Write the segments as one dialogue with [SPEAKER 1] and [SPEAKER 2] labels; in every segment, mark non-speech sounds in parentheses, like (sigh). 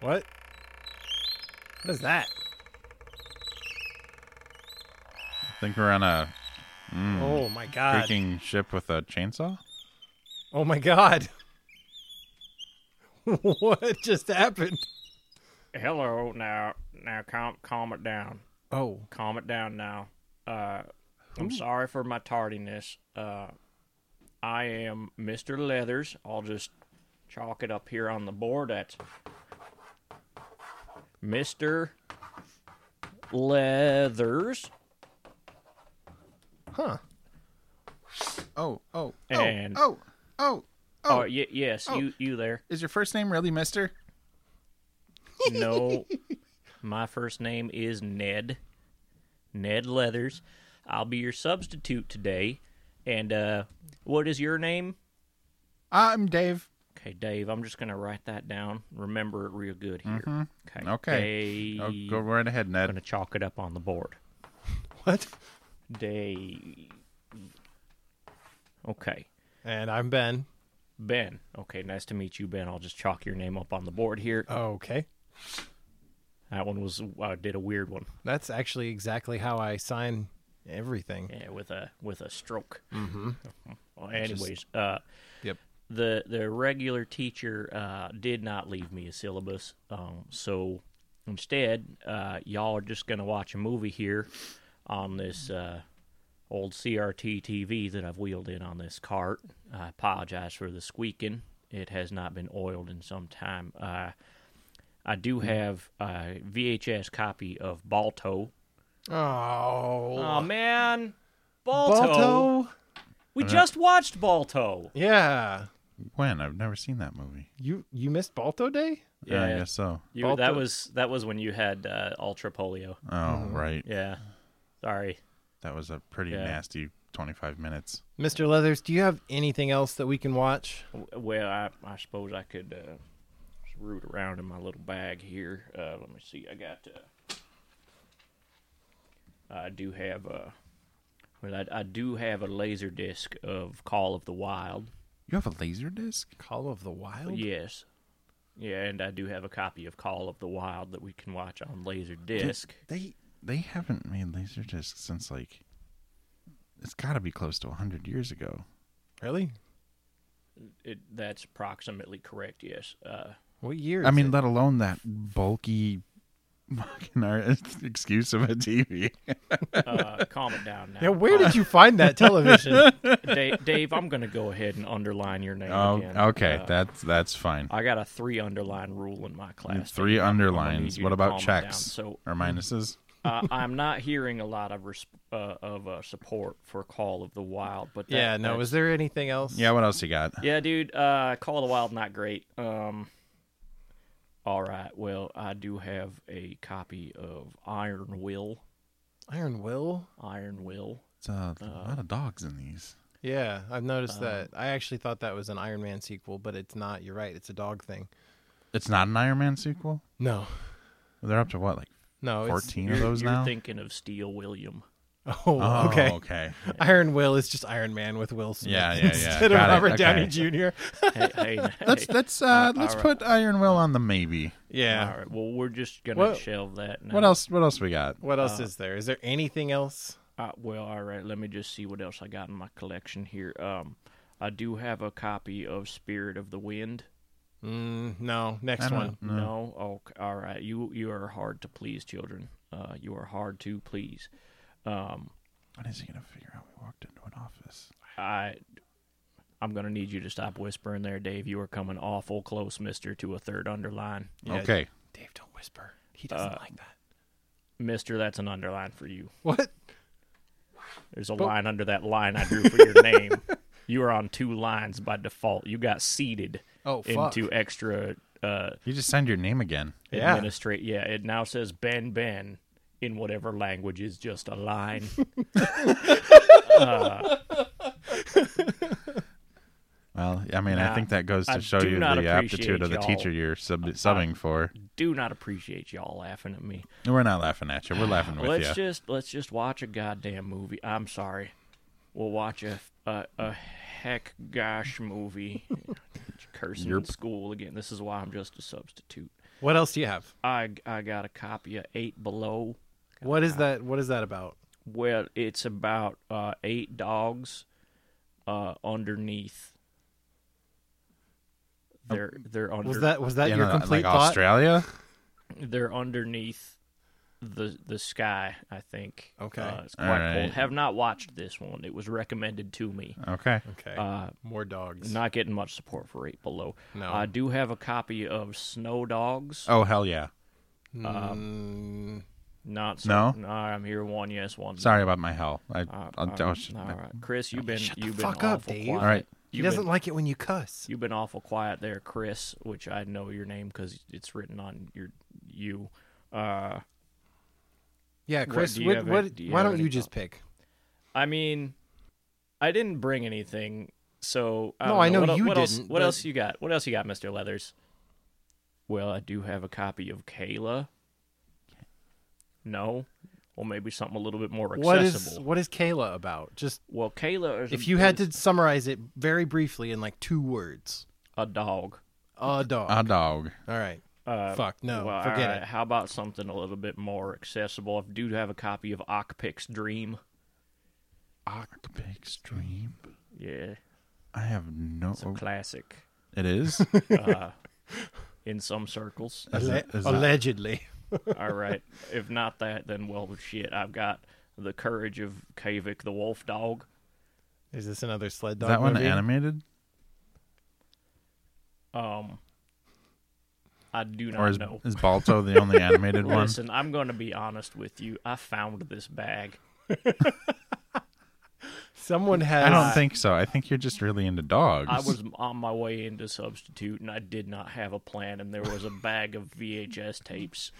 [SPEAKER 1] What? What is that?
[SPEAKER 2] I think we're on a mm,
[SPEAKER 1] Oh my god.
[SPEAKER 2] creaking ship with a chainsaw.
[SPEAKER 1] Oh my god. (laughs) what just happened?
[SPEAKER 3] Hello, now, now, calm, calm it down.
[SPEAKER 1] Oh.
[SPEAKER 3] Calm it down now. Uh, I'm sorry for my tardiness. Uh, I am Mr. Leathers. I'll just chalk it up here on the board at Mr. Leathers.
[SPEAKER 1] Huh.
[SPEAKER 2] Oh, oh, oh,
[SPEAKER 3] And-
[SPEAKER 2] oh, oh, oh.
[SPEAKER 3] Oh, y- yes,
[SPEAKER 2] Oh.
[SPEAKER 3] you, you there.
[SPEAKER 2] Is your first name really Mister?
[SPEAKER 3] No, (laughs) my first name is Ned. Ned Leathers. I'll be your substitute today. And uh, what is your name?
[SPEAKER 2] I'm Dave.
[SPEAKER 3] Okay, Dave. I'm just gonna write that down. Remember it real good here. Okay.
[SPEAKER 2] Mm-hmm. Okay.
[SPEAKER 3] Dave.
[SPEAKER 2] Oh, go right ahead,
[SPEAKER 3] I'm gonna
[SPEAKER 2] Ned.
[SPEAKER 3] chalk it up on the board.
[SPEAKER 1] What?
[SPEAKER 3] Dave. Okay.
[SPEAKER 1] And I'm Ben.
[SPEAKER 3] Ben. Okay, nice to meet you, Ben. I'll just chalk your name up on the board here.
[SPEAKER 2] Oh.
[SPEAKER 1] Okay.
[SPEAKER 3] That one was I did a weird one.
[SPEAKER 1] That's actually exactly how I sign everything.
[SPEAKER 3] Yeah, eh, with a with a stroke. Mm-hmm. Well, anyways, uh,
[SPEAKER 1] Yep.
[SPEAKER 3] the the regular teacher uh, did not leave me a syllabus, um, so instead, uh, y'all are just gonna watch a movie here on this uh, old CRT TV that I've wheeled in on this cart. I apologize for the squeaking; it has not been oiled in some time. Uh, I
[SPEAKER 1] Hmm.
[SPEAKER 3] do have a VHS copy of Balto.
[SPEAKER 1] Oh.
[SPEAKER 3] Oh man,
[SPEAKER 1] Balto?
[SPEAKER 3] We
[SPEAKER 2] Uh-huh.
[SPEAKER 3] just watched Balto.
[SPEAKER 1] Yeah.
[SPEAKER 2] When? I've never seen that movie.
[SPEAKER 1] You you missed Balto Day?
[SPEAKER 2] Yeah, I
[SPEAKER 3] Yeah.
[SPEAKER 2] guess so.
[SPEAKER 3] You,
[SPEAKER 1] Balto-
[SPEAKER 3] That was that was when you had uh, ultra polio.
[SPEAKER 2] Oh,
[SPEAKER 1] Mm-hmm.
[SPEAKER 2] right.
[SPEAKER 3] Yeah, sorry.
[SPEAKER 2] That was a pretty
[SPEAKER 3] Yeah.
[SPEAKER 2] nasty 25 minutes.
[SPEAKER 1] Mr. Leathers, do you have anything else that we can watch?
[SPEAKER 3] W- Well, I, I suppose I could uh, just root around in my little bag here. Uh, let me see. I got. Uh, I do have a. Well, I, I do have a laser disc of Call of the Wild.
[SPEAKER 2] You have a laser disc?
[SPEAKER 1] Call of the Wild?
[SPEAKER 3] Yes. Yeah, and I do have a copy of Call of the Wild that we can watch on laser disc.
[SPEAKER 2] They they haven't made laser discs since like it's got to be close to 100 years ago.
[SPEAKER 1] Really?
[SPEAKER 3] It, that's approximately correct. Yes. Uh,
[SPEAKER 1] What year?
[SPEAKER 2] I
[SPEAKER 1] is
[SPEAKER 2] mean,
[SPEAKER 1] it?
[SPEAKER 2] let alone that bulky (laughs) fucking ar- (laughs) excuse of a TV.
[SPEAKER 3] uh, calm it down now.
[SPEAKER 1] yeah, where did you find that television?
[SPEAKER 3] (laughs) Dave, Dave, I'm going to go ahead and underline your name
[SPEAKER 2] Oh,
[SPEAKER 3] again.
[SPEAKER 2] okay,
[SPEAKER 3] Uh,
[SPEAKER 2] that's that's fine.
[SPEAKER 3] I got a three underline rule in my class.
[SPEAKER 2] Three
[SPEAKER 3] Dave. I'm- I'm gonna need
[SPEAKER 2] underlines.
[SPEAKER 3] you
[SPEAKER 2] What
[SPEAKER 3] to
[SPEAKER 2] about
[SPEAKER 3] calm it down.
[SPEAKER 2] checks
[SPEAKER 3] So
[SPEAKER 2] or minuses?
[SPEAKER 3] uh, I'm not hearing a lot of res- uh, of uh, support for Call of the Wild, but
[SPEAKER 1] (laughs)
[SPEAKER 3] that,
[SPEAKER 1] yeah, no,
[SPEAKER 3] that's-
[SPEAKER 1] is there anything else?
[SPEAKER 2] Yeah, what else you got?
[SPEAKER 3] yeah, dude, uh, Call of the Wild not great. Um, all right, well, I do have a copy of Iron Will.
[SPEAKER 1] Iron Will?
[SPEAKER 3] Iron Will.
[SPEAKER 2] It's a
[SPEAKER 3] Uh,
[SPEAKER 2] lot of dogs in these.
[SPEAKER 1] Yeah, I've noticed
[SPEAKER 2] Um,
[SPEAKER 1] that. I actually thought that was an Iron Man sequel, but it's not. You're right. It's a dog thing.
[SPEAKER 2] It's not an Iron Man sequel.
[SPEAKER 1] No.
[SPEAKER 2] They're up to what, like
[SPEAKER 1] No,
[SPEAKER 3] Oh,
[SPEAKER 1] it's
[SPEAKER 2] 14 of
[SPEAKER 3] You're,
[SPEAKER 2] those
[SPEAKER 3] you're
[SPEAKER 2] now?
[SPEAKER 3] thinking of Steel William.
[SPEAKER 1] (laughs) Oh,
[SPEAKER 2] Oh,
[SPEAKER 1] okay.
[SPEAKER 3] (laughs)
[SPEAKER 2] okay.
[SPEAKER 1] Iron Will is just Iron Man with Will Smith (laughs)
[SPEAKER 2] Yeah, yeah, yeah.
[SPEAKER 1] instead
[SPEAKER 2] Got it.
[SPEAKER 1] of Robert Downey
[SPEAKER 2] Okay. (laughs)
[SPEAKER 1] Jr.
[SPEAKER 3] hey, hey,
[SPEAKER 2] Let's
[SPEAKER 3] hey.
[SPEAKER 2] let's uh, let's
[SPEAKER 3] all
[SPEAKER 2] put Iron Will on the maybe.
[SPEAKER 1] yeah.
[SPEAKER 3] All right. Well, we're just gonna
[SPEAKER 1] What-
[SPEAKER 3] shelve that. Now.
[SPEAKER 2] What else? What else we got?
[SPEAKER 1] What else is there? Is there anything else?
[SPEAKER 3] Uh, well, all right. Let me just see what else I got in my collection here. Um, I do have a copy of Spirit of the Wind.
[SPEAKER 1] Mm, no.
[SPEAKER 2] I
[SPEAKER 1] Next
[SPEAKER 2] don't-
[SPEAKER 1] one.
[SPEAKER 2] No.
[SPEAKER 3] No. Okay. All right. You you are hard to please, children. Uh, you are hard to please. Um,
[SPEAKER 2] When is he gonna figure out we walked into an office?
[SPEAKER 3] I. I'm gonna need you to stop whispering there, Dave. You are coming awful close, Mister, to a third underline,
[SPEAKER 1] Yeah,
[SPEAKER 2] Okay. Uh,
[SPEAKER 1] Dave, don't whisper. He doesn't like that.
[SPEAKER 3] Mister. That's an underline for you.
[SPEAKER 1] What?
[SPEAKER 3] There's a line under that line I drew for
[SPEAKER 1] (laughs)
[SPEAKER 3] your name. You are on two lines by default. You got seated
[SPEAKER 1] Oh, fuck.
[SPEAKER 3] into extra uh,
[SPEAKER 2] You just signed your name again.
[SPEAKER 1] Yeah.
[SPEAKER 3] administrate. Yeah, it now says Ben Ben in whatever language is just
[SPEAKER 1] (laughs)
[SPEAKER 3] a line.
[SPEAKER 2] Well, I mean, I
[SPEAKER 3] Nah,
[SPEAKER 2] think that goes to
[SPEAKER 3] I
[SPEAKER 2] show
[SPEAKER 3] do
[SPEAKER 2] you
[SPEAKER 3] not
[SPEAKER 2] the aptitude of the
[SPEAKER 3] appreciate
[SPEAKER 2] teacher
[SPEAKER 3] y'all.
[SPEAKER 2] you're sub- subbing for.
[SPEAKER 3] Do not appreciate y'all laughing at me.
[SPEAKER 2] We're not laughing at you. We're
[SPEAKER 3] (sighs)
[SPEAKER 2] laughing with
[SPEAKER 3] let's
[SPEAKER 2] you.
[SPEAKER 3] just let's just watch a goddamn movie. I'm sorry. We'll watch a a, a heck
[SPEAKER 1] (laughs)
[SPEAKER 3] gosh movie. Cursing in school again. This is why I'm just a substitute.
[SPEAKER 1] What else do you have?
[SPEAKER 3] I I got a copy of Eight Below.
[SPEAKER 1] What is that? What is that about?
[SPEAKER 3] Well, it's about uh, eight dogs uh, underneath. They're they're under
[SPEAKER 1] Um, Was that was that
[SPEAKER 2] In,
[SPEAKER 1] your
[SPEAKER 2] uh,
[SPEAKER 1] complete
[SPEAKER 2] like
[SPEAKER 1] thought?
[SPEAKER 2] Australia?
[SPEAKER 3] they're underneath the the sky. I think.
[SPEAKER 1] Okay.
[SPEAKER 3] uh, it's
[SPEAKER 2] All
[SPEAKER 3] quite cold.
[SPEAKER 2] right.
[SPEAKER 3] Have not watched this one. It was recommended to me.
[SPEAKER 2] Okay.
[SPEAKER 1] Okay.
[SPEAKER 3] Uh,
[SPEAKER 1] More dogs.
[SPEAKER 3] not getting much support for Eight Below.
[SPEAKER 1] No.
[SPEAKER 3] I do have a copy of Snow Dogs.
[SPEAKER 2] Oh hell yeah.
[SPEAKER 3] um,
[SPEAKER 1] Mm,
[SPEAKER 3] Not so,
[SPEAKER 2] No?
[SPEAKER 3] I'm here. One yes, one. no.
[SPEAKER 2] Sorry about my hell. I,
[SPEAKER 3] Uh,
[SPEAKER 2] I,
[SPEAKER 3] all
[SPEAKER 2] I
[SPEAKER 3] right,
[SPEAKER 2] was-
[SPEAKER 3] all right. Chris, you've been
[SPEAKER 1] shut the
[SPEAKER 3] you've been
[SPEAKER 1] fuck
[SPEAKER 3] awful
[SPEAKER 1] up, Dave.
[SPEAKER 3] quiet.
[SPEAKER 2] All right.
[SPEAKER 1] he
[SPEAKER 3] You've
[SPEAKER 1] doesn't
[SPEAKER 3] been,
[SPEAKER 1] like it when you cuss.
[SPEAKER 3] you've been awful quiet there, Chris. Which I know your name because it's written on your you. Uh,
[SPEAKER 1] Yeah,
[SPEAKER 3] What,
[SPEAKER 1] Chris.
[SPEAKER 3] do you
[SPEAKER 1] What?
[SPEAKER 3] have
[SPEAKER 1] what,
[SPEAKER 3] any- do you
[SPEAKER 1] why
[SPEAKER 3] have
[SPEAKER 1] don't
[SPEAKER 3] any
[SPEAKER 1] you just pick?
[SPEAKER 3] I mean, I didn't bring anything, so I
[SPEAKER 1] No,
[SPEAKER 3] don't
[SPEAKER 1] I know
[SPEAKER 3] what, el-
[SPEAKER 1] you
[SPEAKER 3] what Else,
[SPEAKER 1] didn't,
[SPEAKER 3] what
[SPEAKER 1] but-
[SPEAKER 3] else you got? What else you got, Mister Leathers? Well, I do have a copy of Kayla. No, well, maybe something a little bit more accessible.
[SPEAKER 1] What is what is Kayla about? Just
[SPEAKER 3] well, Kayla. Is
[SPEAKER 1] if you had to summarize it very briefly in like two words,
[SPEAKER 3] a dog.
[SPEAKER 2] Uh,
[SPEAKER 1] a dog.
[SPEAKER 2] A dog.
[SPEAKER 1] All right.
[SPEAKER 3] Uh,
[SPEAKER 1] Fuck
[SPEAKER 2] Oh,
[SPEAKER 1] no.
[SPEAKER 3] well,
[SPEAKER 1] forget
[SPEAKER 3] alright, How about something a little bit more accessible? I do have a copy of Ockpick's Dream.
[SPEAKER 2] Ockpick stream.
[SPEAKER 3] Yeah,
[SPEAKER 2] I have no.
[SPEAKER 3] it's a classic
[SPEAKER 2] It is.
[SPEAKER 3] in some circles. (laughs)
[SPEAKER 1] it.
[SPEAKER 2] (laughs) is
[SPEAKER 1] Alle-
[SPEAKER 2] that- is that-
[SPEAKER 1] allegedly. (laughs)
[SPEAKER 3] All right. If not that, then well, shit. I've got the courage of Kavik the wolf dog.
[SPEAKER 1] Is this another sled
[SPEAKER 2] Is
[SPEAKER 1] dog?
[SPEAKER 2] that one
[SPEAKER 1] movie?
[SPEAKER 2] animated
[SPEAKER 3] Um, I do not
[SPEAKER 2] or is
[SPEAKER 3] know.
[SPEAKER 2] is Balto the only animated one?
[SPEAKER 3] Listen, I'm going to be honest with you. I found this bag.
[SPEAKER 1] Someone has.
[SPEAKER 2] I don't think so. I think you're just really into dogs.
[SPEAKER 3] I was on my way into substitute, and I did not have a plan. And there was a bag of VHS tapes.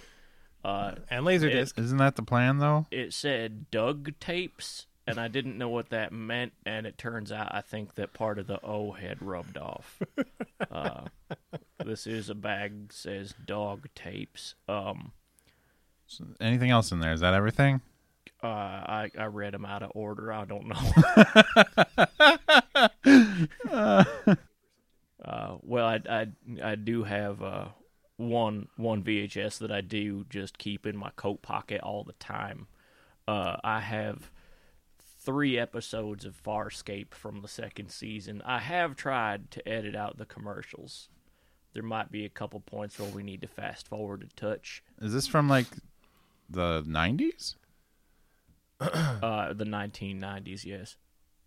[SPEAKER 3] Uh,
[SPEAKER 1] And Laserdisc.
[SPEAKER 2] Isn't that the plan though?
[SPEAKER 3] it said Doug tapes, and I didn't know what that meant. And it turns out I think that part of the O had rubbed off. uh, this is a bag says dog tapes. Um,
[SPEAKER 2] Anything else in there? Is that everything?
[SPEAKER 3] uh, I I read them out of order. I don't (laughs) know. uh, well, I, I I do have uh one one VHS that I do just keep in my coat pocket all the time. Uh, I have three episodes of Farscape from the second season. I have tried to edit out the commercials. There might be a couple points where we need to fast forward a touch.
[SPEAKER 2] Is this from like the 90s?
[SPEAKER 3] Uh, the 1990s, yes.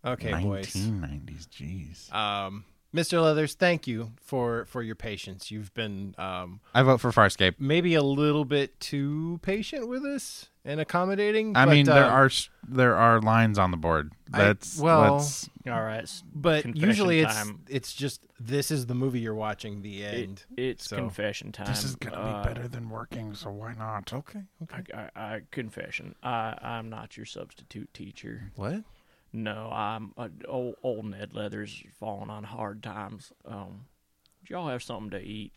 [SPEAKER 1] Okay, boys.
[SPEAKER 2] 1990s. Jeez.
[SPEAKER 1] Um, Mr. Leathers, thank you for for your patience. You've been um,
[SPEAKER 2] I vote for Farscape.
[SPEAKER 1] maybe a little bit too patient with us and accommodating.
[SPEAKER 2] I
[SPEAKER 1] but,
[SPEAKER 2] mean, there
[SPEAKER 1] um,
[SPEAKER 2] are s- there are lines on the board.
[SPEAKER 1] I-
[SPEAKER 2] That's
[SPEAKER 1] well-
[SPEAKER 2] let's-
[SPEAKER 3] All right. s-
[SPEAKER 1] but
[SPEAKER 3] confession
[SPEAKER 1] usually it's
[SPEAKER 3] time.
[SPEAKER 1] it's just this is the movie you're watching. The
[SPEAKER 3] It-
[SPEAKER 1] end.
[SPEAKER 3] it's
[SPEAKER 1] so-
[SPEAKER 3] confession time.
[SPEAKER 2] this is gonna
[SPEAKER 3] Uh,
[SPEAKER 2] be better than working, so why not?
[SPEAKER 1] okay. Okay.
[SPEAKER 3] I, I, I confession. I, I'm not your substitute teacher.
[SPEAKER 1] What?
[SPEAKER 3] No, I'm uh, old, old Ned Leather's falling on hard times. Um, did y'all have something to eat?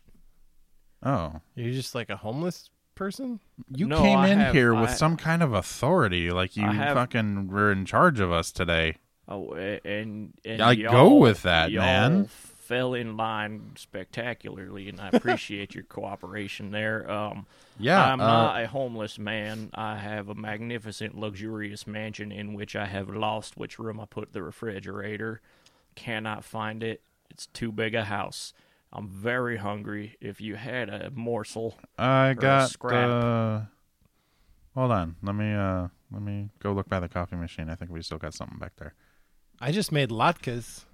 [SPEAKER 2] Oh,
[SPEAKER 1] You're just like a homeless person.
[SPEAKER 2] you
[SPEAKER 3] No,
[SPEAKER 2] came
[SPEAKER 3] I
[SPEAKER 2] in
[SPEAKER 3] have-
[SPEAKER 2] here with
[SPEAKER 3] I-
[SPEAKER 2] some kind of authority, like you
[SPEAKER 3] I have-
[SPEAKER 2] fucking were in charge of us today.
[SPEAKER 3] Oh, a- and, and
[SPEAKER 2] I
[SPEAKER 3] y'all,
[SPEAKER 2] go with that,
[SPEAKER 3] y'all
[SPEAKER 2] man.
[SPEAKER 3] Fell in line spectacularly, and I appreciate your cooperation there. Um,
[SPEAKER 2] Yeah,
[SPEAKER 3] I'm
[SPEAKER 2] uh,
[SPEAKER 3] not a homeless man. I have a magnificent, luxurious mansion in which I have lost which room I put the refrigerator. Cannot find it. It's too big a house. I'm very hungry. If you had a morsel,
[SPEAKER 2] uh, I got.
[SPEAKER 3] scrap.
[SPEAKER 2] Uh, hold on, let me uh, let me go look by the coffee machine. I think we still got something back there.
[SPEAKER 1] I just made latkes.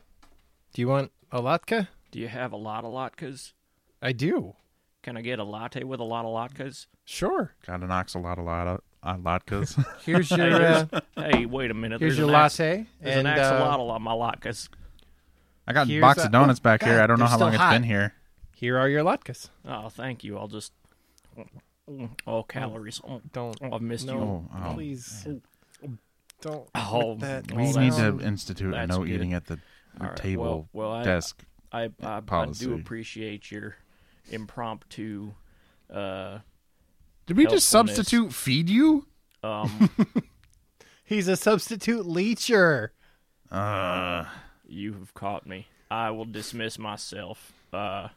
[SPEAKER 1] Do you want a latke?
[SPEAKER 3] do you have a lot of latkes?
[SPEAKER 1] I do.
[SPEAKER 3] Can I get a latte with a lot of latkes?
[SPEAKER 1] Sure.
[SPEAKER 2] Got an oxalot a lot of a latkes.
[SPEAKER 3] (laughs)
[SPEAKER 1] Here's your
[SPEAKER 3] Hey,
[SPEAKER 1] uh,
[SPEAKER 3] there's- hey, wait a minute.
[SPEAKER 1] here's
[SPEAKER 3] there's
[SPEAKER 1] your
[SPEAKER 3] an ax-
[SPEAKER 1] latte
[SPEAKER 3] There's
[SPEAKER 1] and
[SPEAKER 3] an
[SPEAKER 1] uh,
[SPEAKER 3] axolotl on my latkes.
[SPEAKER 2] (laughs) I got a
[SPEAKER 1] Here's
[SPEAKER 2] box
[SPEAKER 1] a-
[SPEAKER 2] of donuts
[SPEAKER 1] oh,
[SPEAKER 2] back here.
[SPEAKER 1] God,
[SPEAKER 2] I don't know
[SPEAKER 1] they're
[SPEAKER 2] how
[SPEAKER 1] still
[SPEAKER 2] long
[SPEAKER 1] hot.
[SPEAKER 2] it's been here.
[SPEAKER 1] here are your latkes.
[SPEAKER 3] Oh, thank you. I'll just. Oh, calories. Oh,
[SPEAKER 1] Don't.
[SPEAKER 3] I've missed you.
[SPEAKER 1] No,
[SPEAKER 2] Oh, oh,
[SPEAKER 1] please. Don't.
[SPEAKER 3] Oh,
[SPEAKER 1] with that
[SPEAKER 3] we
[SPEAKER 2] We
[SPEAKER 3] Oh,
[SPEAKER 2] need
[SPEAKER 3] that's-
[SPEAKER 2] to institute a
[SPEAKER 3] that's
[SPEAKER 2] no
[SPEAKER 3] good.
[SPEAKER 2] eating at the, the
[SPEAKER 3] All right,
[SPEAKER 2] table
[SPEAKER 3] well- well, I-
[SPEAKER 2] desk.
[SPEAKER 3] I I, I
[SPEAKER 2] policy.
[SPEAKER 3] do appreciate your impromptu. Uh,
[SPEAKER 2] Did we
[SPEAKER 3] just helpfulness. substitute
[SPEAKER 2] feed you?
[SPEAKER 3] um,
[SPEAKER 1] He's a substitute leecher.
[SPEAKER 2] Uh,
[SPEAKER 3] you have caught me. I will dismiss myself. Uh,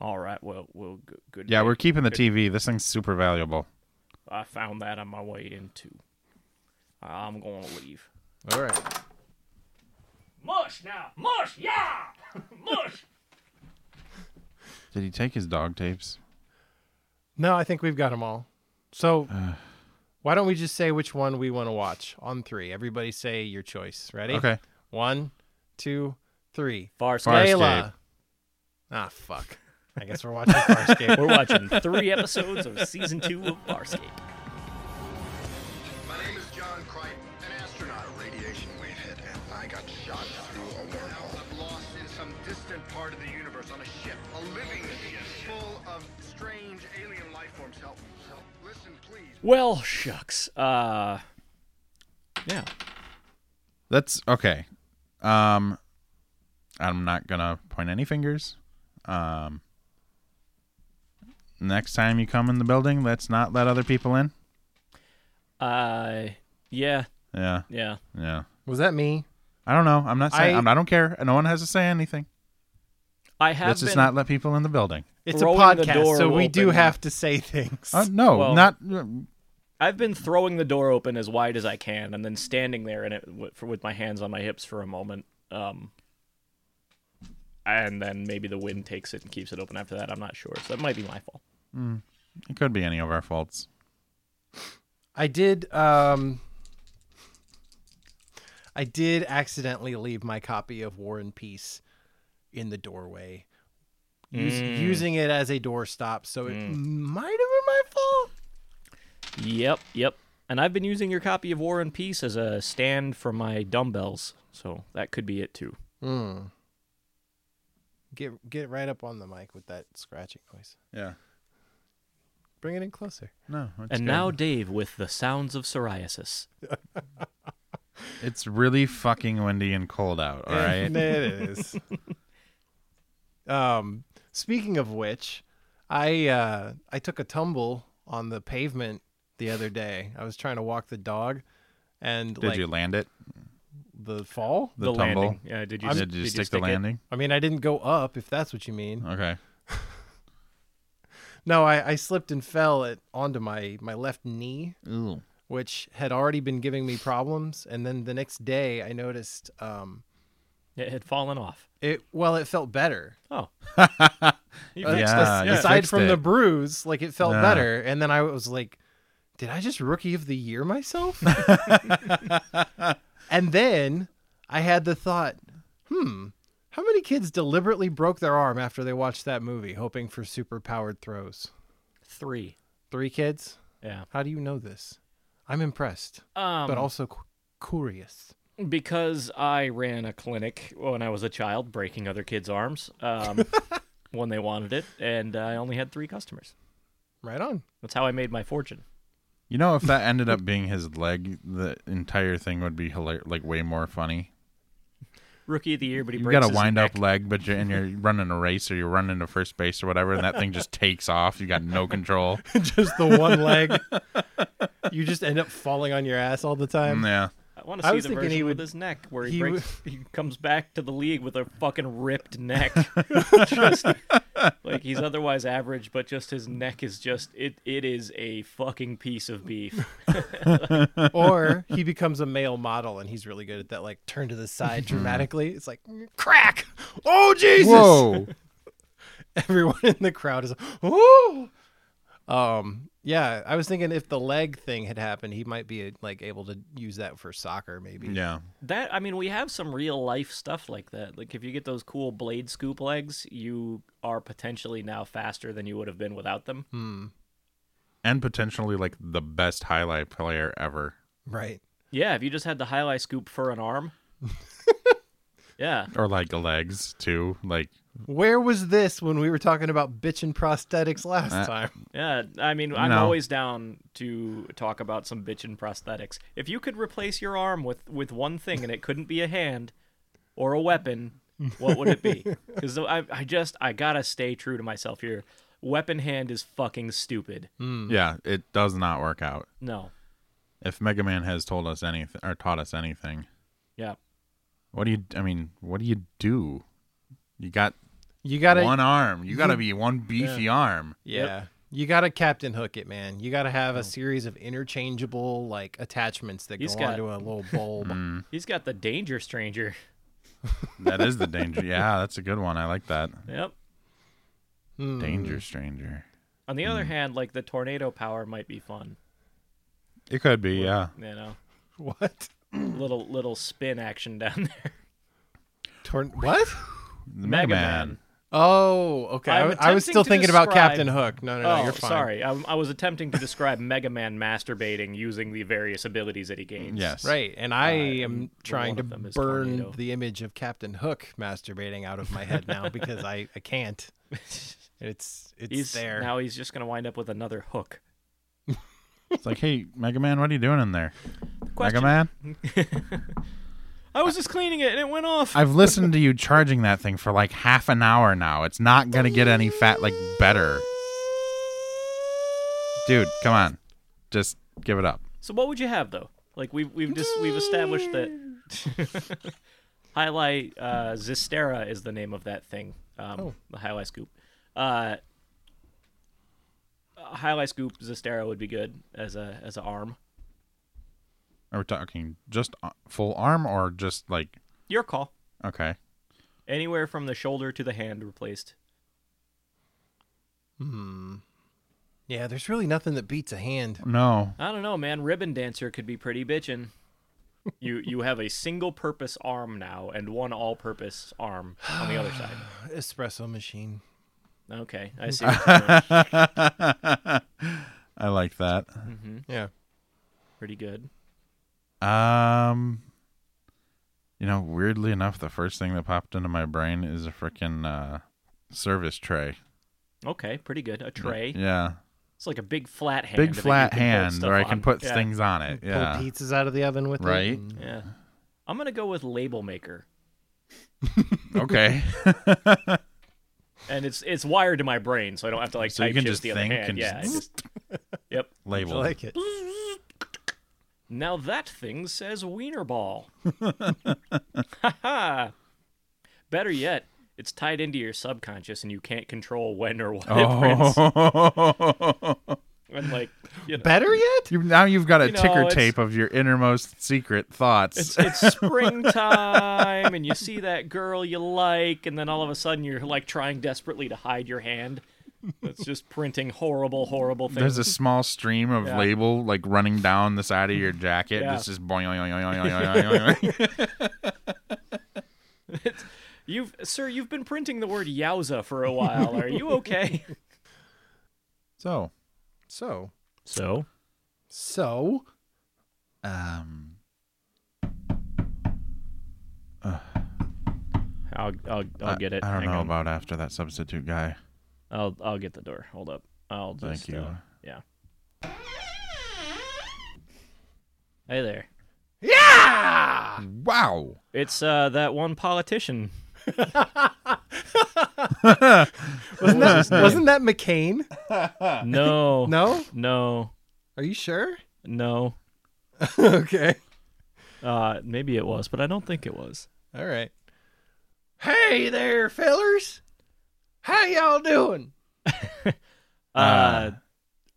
[SPEAKER 3] All right. Well, well, good. good
[SPEAKER 2] Yeah,
[SPEAKER 3] day.
[SPEAKER 2] we're keeping the TV. This thing's super valuable.
[SPEAKER 3] I found that on my way in too. I'm going to leave.
[SPEAKER 1] All right.
[SPEAKER 3] Mush now, mush, yeah, (laughs) mush.
[SPEAKER 2] Did he take his dog tapes?
[SPEAKER 1] No, I think we've got them all. So
[SPEAKER 3] Uh.
[SPEAKER 1] why don't we just say which one we want to watch on three? Everybody say your choice. Ready?
[SPEAKER 2] Okay.
[SPEAKER 1] One, two, three.
[SPEAKER 3] Farscape.
[SPEAKER 2] Farscape.
[SPEAKER 1] Layla. Ah, fuck. I guess we're watching Farscape.
[SPEAKER 3] (laughs) We're watching three episodes of season two of Farscape.
[SPEAKER 4] My name is John Crichton, an astronaut. A radiation wave hit, and I got shot through a wormhole. I'm lost in some distant part of the universe on a ship, a living being full of strange alien life forms. Help, help. Listen, please.
[SPEAKER 3] Well, shucks. Uh, yeah.
[SPEAKER 2] That's okay. Um, I'm not gonna point any fingers. Um, next time you come in the building, let's not let other people in.
[SPEAKER 3] Uh, yeah,
[SPEAKER 2] Yeah,
[SPEAKER 3] yeah.
[SPEAKER 2] yeah.
[SPEAKER 1] Was that me?
[SPEAKER 2] I don't know. I'm not saying.
[SPEAKER 1] I-
[SPEAKER 2] I'm, I don't care. No one has to say anything.
[SPEAKER 3] I have
[SPEAKER 2] Let's
[SPEAKER 3] been.
[SPEAKER 2] just not let people in the building.
[SPEAKER 1] It's a
[SPEAKER 3] Rolling the
[SPEAKER 1] podcast,
[SPEAKER 3] door
[SPEAKER 1] so we
[SPEAKER 3] open.
[SPEAKER 1] do have to say things.
[SPEAKER 2] Uh, no,
[SPEAKER 3] Well-
[SPEAKER 2] not.
[SPEAKER 3] I've been throwing the door open as wide as I can, and then standing there in it with, for, with my hands on my hips for a moment. Um, and then maybe the wind takes it and keeps it open after that. I'm not sure. So that might be my fault.
[SPEAKER 2] It could be any of our faults.
[SPEAKER 1] I did um I did accidentally leave my copy of War and Peace in the doorway. Us- using it as a doorstop, so it might have been my fault.
[SPEAKER 3] Yep, yep. And I've been using your copy of War and Peace as a stand for my dumbbells, so that could be it too.
[SPEAKER 1] Hmm. Get get right up on the mic with that scratching noise.
[SPEAKER 2] Yeah.
[SPEAKER 1] Bring it in closer.
[SPEAKER 2] No. It's good.
[SPEAKER 3] and now Dave with the sounds of psoriasis.
[SPEAKER 2] it's really fucking windy and cold out. All right.
[SPEAKER 1] (laughs) it is. um, speaking of which, I uh, I took a tumble on the pavement the other day. I was trying to walk the dog, and
[SPEAKER 2] Did
[SPEAKER 1] like
[SPEAKER 2] you land it?
[SPEAKER 1] the fall.
[SPEAKER 2] The, tumble.
[SPEAKER 3] landing. Yeah, did you, s-
[SPEAKER 2] Did you stick the
[SPEAKER 3] it?
[SPEAKER 2] landing?
[SPEAKER 1] I mean, I didn't go up, if that's what you mean.
[SPEAKER 2] Okay.
[SPEAKER 1] No, I, I slipped and fell it onto my my left knee,
[SPEAKER 2] Ooh.
[SPEAKER 1] which had already been giving me problems. And then the next day, I noticed um,
[SPEAKER 3] It had fallen off.
[SPEAKER 1] it. Well, it felt better.
[SPEAKER 3] Oh. You
[SPEAKER 1] Uh,
[SPEAKER 3] fixed
[SPEAKER 2] yeah.
[SPEAKER 3] it.
[SPEAKER 1] as-
[SPEAKER 2] you
[SPEAKER 1] aside
[SPEAKER 2] fixed
[SPEAKER 1] from the
[SPEAKER 2] it.
[SPEAKER 1] bruise, like it felt
[SPEAKER 2] Yeah.
[SPEAKER 1] better. And then I was like, did I just rookie of the year
[SPEAKER 2] (laughs)
[SPEAKER 1] myself? and then I had the thought, hmm, how many kids deliberately broke their arm after they watched that movie, hoping for super powered throws?
[SPEAKER 3] Three.
[SPEAKER 1] Three kids?
[SPEAKER 3] Yeah.
[SPEAKER 1] How do you know this? I'm impressed,
[SPEAKER 3] Um,
[SPEAKER 1] but also cu- curious.
[SPEAKER 3] because I ran a clinic when I was a child, breaking other kids' arms
[SPEAKER 1] (laughs)
[SPEAKER 3] um, when they wanted it, and I only had three customers.
[SPEAKER 1] Right
[SPEAKER 2] (laughs)
[SPEAKER 1] on.
[SPEAKER 3] That's how I made my fortune.
[SPEAKER 2] You know, if that ended (laughs) up being his leg, the entire thing would be hilarious, like way more funny.
[SPEAKER 3] Rookie of the year, but he
[SPEAKER 2] You
[SPEAKER 3] breaks
[SPEAKER 2] got a
[SPEAKER 3] his
[SPEAKER 2] wind
[SPEAKER 3] neck.
[SPEAKER 2] up leg, but you're and you're running a race or you're running to first base or whatever, and that thing just takes off. You got no (laughs) control.
[SPEAKER 1] just the one leg. (laughs) You just end up falling on your ass all the time.
[SPEAKER 2] yeah.
[SPEAKER 3] I want to
[SPEAKER 1] I
[SPEAKER 3] see
[SPEAKER 1] was
[SPEAKER 3] the
[SPEAKER 1] thinking he
[SPEAKER 3] version with
[SPEAKER 1] would-
[SPEAKER 3] his neck where he,
[SPEAKER 1] he
[SPEAKER 3] breaks, he comes back to the league with a fucking
[SPEAKER 1] (laughs)
[SPEAKER 3] ripped neck. (laughs) Just- like he's otherwise average, but just his neck is just it. It is a fucking piece of beef.
[SPEAKER 2] (laughs)
[SPEAKER 1] or he becomes a male model and he's really good at that like turn to the side dramatically it's like crack oh jesus
[SPEAKER 2] (laughs) Whoa.
[SPEAKER 1] (laughs) everyone in the crowd is like, oh um yeah i was thinking if the leg thing had happened he might be like able to use that for soccer maybe
[SPEAKER 2] yeah.
[SPEAKER 3] That I mean, we have some real life stuff like that. Like if you get those cool blade scoop legs, you are potentially now faster than you would have been without them.
[SPEAKER 2] And potentially like the best highlight player ever.
[SPEAKER 1] right
[SPEAKER 3] Yeah, if you just had the highlight scoop for an arm. yeah,
[SPEAKER 2] Or like legs too. Like
[SPEAKER 1] where was this when we were talking about bitchin' prosthetics last
[SPEAKER 2] Uh,
[SPEAKER 1] time
[SPEAKER 3] Yeah, I mean, I'm
[SPEAKER 2] No.
[SPEAKER 3] always down to talk about some bitchin' prosthetics. If you could replace your arm with with one thing and it couldn't be a hand or a weapon, what would it be? Because I, I just I gotta stay true to myself here. Weapon hand is fucking stupid.
[SPEAKER 2] yeah, it does not work out.
[SPEAKER 3] No,
[SPEAKER 2] If Mega Man has told us anything or taught us anything,
[SPEAKER 3] yeah,
[SPEAKER 2] what do you I mean, what do you do? You got
[SPEAKER 1] You gotta,
[SPEAKER 2] one arm. You got to be one beefy arm.
[SPEAKER 1] yeah, you gotta Captain Hook it, man. You gotta have
[SPEAKER 2] Mm.
[SPEAKER 1] a series of interchangeable like attachments that
[SPEAKER 3] He's
[SPEAKER 1] go
[SPEAKER 3] got-
[SPEAKER 1] onto a
[SPEAKER 2] (laughs)
[SPEAKER 1] little bulb.
[SPEAKER 2] Mm.
[SPEAKER 3] He's got the danger stranger.
[SPEAKER 2] That is the danger. Yeah, that's a good one. I like that.
[SPEAKER 3] Yep.
[SPEAKER 2] Danger stranger.
[SPEAKER 3] On the other hand, like the tornado power might be fun.
[SPEAKER 2] It could be, yeah.
[SPEAKER 3] You know,
[SPEAKER 1] (laughs) What?
[SPEAKER 3] little little spin action (laughs) down there.
[SPEAKER 1] Torn- what?
[SPEAKER 2] The Mega,
[SPEAKER 3] Mega
[SPEAKER 2] Man.
[SPEAKER 3] Man.
[SPEAKER 1] Oh, okay. I,
[SPEAKER 3] I'm
[SPEAKER 1] w- I was
[SPEAKER 3] attempting
[SPEAKER 1] still
[SPEAKER 3] to
[SPEAKER 1] thinking about
[SPEAKER 3] describe-
[SPEAKER 1] Captain Hook. No, no, no.
[SPEAKER 3] oh,
[SPEAKER 1] you're fine.
[SPEAKER 3] sorry. I, I was attempting to describe Mega Man masturbating using the various abilities that he gains.
[SPEAKER 2] Yes.
[SPEAKER 1] Right, and I am
[SPEAKER 3] and
[SPEAKER 1] trying
[SPEAKER 3] one
[SPEAKER 1] to
[SPEAKER 3] of them is
[SPEAKER 1] burn
[SPEAKER 3] tornado.
[SPEAKER 1] the image of Captain Hook masturbating out of my head
[SPEAKER 3] (laughs)
[SPEAKER 1] now because I, I can't. It's it's
[SPEAKER 3] He's
[SPEAKER 1] there.
[SPEAKER 3] now he's just gonna wind up with another hook.
[SPEAKER 2] It's like, hey, Mega Man, what are you doing in there?
[SPEAKER 3] Question.
[SPEAKER 2] Mega Man?
[SPEAKER 3] I was just cleaning it and it went off.
[SPEAKER 2] I've listened to you charging that thing for like half an hour now. It's not gonna get any fat like better. Dude, come on. Just give it up.
[SPEAKER 3] So what would you have though? Like we've we've just we've established that (laughs) highlight uh, Zistera is the name of that thing. Um, The highlight scoop. Uh, uh, highlight scoop Zistera would be good as a as an arm.
[SPEAKER 2] Are we talking just uh, full arm or just like
[SPEAKER 3] Your call.
[SPEAKER 2] okay.
[SPEAKER 3] Anywhere from the shoulder to the hand replaced.
[SPEAKER 1] yeah, there's really nothing that beats a hand.
[SPEAKER 2] No. (laughs)
[SPEAKER 3] I don't know, man. Ribbon dancer could be pretty (laughs) bitchin'. You you have a single purpose arm now and one all purpose arm on the other (sighs) side.
[SPEAKER 1] Espresso machine.
[SPEAKER 3] Okay, I see. what you're doing. (laughs)
[SPEAKER 2] I like that.
[SPEAKER 1] Yeah.
[SPEAKER 3] pretty good.
[SPEAKER 2] Um you know, weirdly enough, the first thing that popped into my brain is a freaking uh service tray.
[SPEAKER 3] Okay, pretty good. A tray.
[SPEAKER 2] Yeah.
[SPEAKER 3] It's like a big flat hand.
[SPEAKER 2] Big
[SPEAKER 3] that you
[SPEAKER 2] flat
[SPEAKER 3] can hold
[SPEAKER 2] hand
[SPEAKER 3] stuff
[SPEAKER 2] where I can
[SPEAKER 3] on.
[SPEAKER 2] put
[SPEAKER 3] Yeah,
[SPEAKER 2] things on it. Yeah.
[SPEAKER 1] Pull pizzas out of the oven with it
[SPEAKER 2] Right.
[SPEAKER 1] and-
[SPEAKER 3] Yeah. I'm gonna go with label maker,
[SPEAKER 2] (laughs)
[SPEAKER 1] (laughs)
[SPEAKER 2] Okay.
[SPEAKER 3] and it's it's wired to my brain, so I don't have to like
[SPEAKER 2] So you
[SPEAKER 3] type
[SPEAKER 2] can
[SPEAKER 3] shit with
[SPEAKER 2] just
[SPEAKER 3] the other
[SPEAKER 2] think
[SPEAKER 3] hand.
[SPEAKER 2] and
[SPEAKER 3] yeah. I
[SPEAKER 2] just- (laughs)
[SPEAKER 3] just- yep.
[SPEAKER 1] I
[SPEAKER 2] Label. (laughs)
[SPEAKER 1] like it.
[SPEAKER 3] Now that thing says
[SPEAKER 2] (laughs)
[SPEAKER 3] wiener ball. Ha Better yet, it's tied into your subconscious, and you can't control when or what it prints.
[SPEAKER 2] Oh,
[SPEAKER 3] And like, you know,
[SPEAKER 1] Better yet?
[SPEAKER 2] you, now (laughs) you've got a
[SPEAKER 3] You know,
[SPEAKER 2] ticker
[SPEAKER 3] it's-
[SPEAKER 2] tape of your innermost secret thoughts. (laughs)
[SPEAKER 3] it's, it's springtime and you see that girl you like and then all of a sudden you're like trying desperately to hide your hand it's just printing horrible horrible things
[SPEAKER 2] There's a small stream of
[SPEAKER 3] Yeah.
[SPEAKER 2] label like running down the side of your jacket.
[SPEAKER 3] Yeah.
[SPEAKER 2] It's just boing, boing, boing, boing, boing,
[SPEAKER 3] (laughs)
[SPEAKER 2] boing.
[SPEAKER 3] you've sir you've been printing the word yowza for a while are you
[SPEAKER 2] (laughs)
[SPEAKER 3] okay
[SPEAKER 2] So,
[SPEAKER 1] So
[SPEAKER 3] so
[SPEAKER 1] so
[SPEAKER 2] um,
[SPEAKER 3] i'll i'll, I'll get it
[SPEAKER 2] I, I don't
[SPEAKER 3] Hang
[SPEAKER 2] know
[SPEAKER 3] on.
[SPEAKER 2] about after that substitute guy.
[SPEAKER 3] i'll i'll get the door hold up i'll
[SPEAKER 2] Thank
[SPEAKER 3] just
[SPEAKER 2] you.
[SPEAKER 3] uh, yeah hey there Ah.
[SPEAKER 1] Yeah
[SPEAKER 2] Wow.
[SPEAKER 3] it's uh that one politician
[SPEAKER 1] Wasn't
[SPEAKER 3] What was
[SPEAKER 1] that
[SPEAKER 3] his name?
[SPEAKER 1] wasn't that McCain?
[SPEAKER 3] Ah.
[SPEAKER 2] (laughs)
[SPEAKER 3] no
[SPEAKER 1] No?
[SPEAKER 3] no
[SPEAKER 1] Are you sure? (laughs)
[SPEAKER 3] no
[SPEAKER 1] okay.
[SPEAKER 3] Uh, maybe it was, but I don't think it was.
[SPEAKER 1] All right. Hey there, fellers. How y'all doing?
[SPEAKER 3] Uh,
[SPEAKER 2] Ah.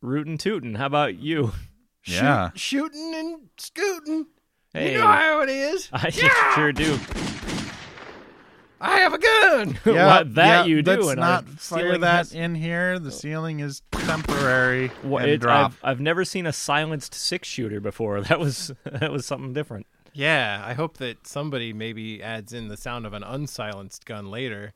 [SPEAKER 3] rootin' tootin'. How
[SPEAKER 2] (laughs)
[SPEAKER 3] about you?
[SPEAKER 2] Yeah.
[SPEAKER 1] Shooting and scooting.
[SPEAKER 3] Hey,
[SPEAKER 1] You know how it is.
[SPEAKER 3] (laughs) I sure do.
[SPEAKER 1] I have a gun.
[SPEAKER 2] Yeah,
[SPEAKER 3] (laughs) what that
[SPEAKER 2] yeah,
[SPEAKER 3] you do?
[SPEAKER 2] Let's
[SPEAKER 3] and
[SPEAKER 2] not
[SPEAKER 3] I'm
[SPEAKER 2] fire
[SPEAKER 3] stealing
[SPEAKER 2] that
[SPEAKER 3] (laughs) this-
[SPEAKER 2] in here. The ceiling is temporary
[SPEAKER 3] Wha-
[SPEAKER 2] and
[SPEAKER 3] it- (laughs)
[SPEAKER 2] drop.
[SPEAKER 3] I've, I've never seen a silenced six shooter before. (laughs) That was that was something different.
[SPEAKER 1] Yeah, I hope that somebody maybe adds in the sound of an unsilenced gun (laughs) later.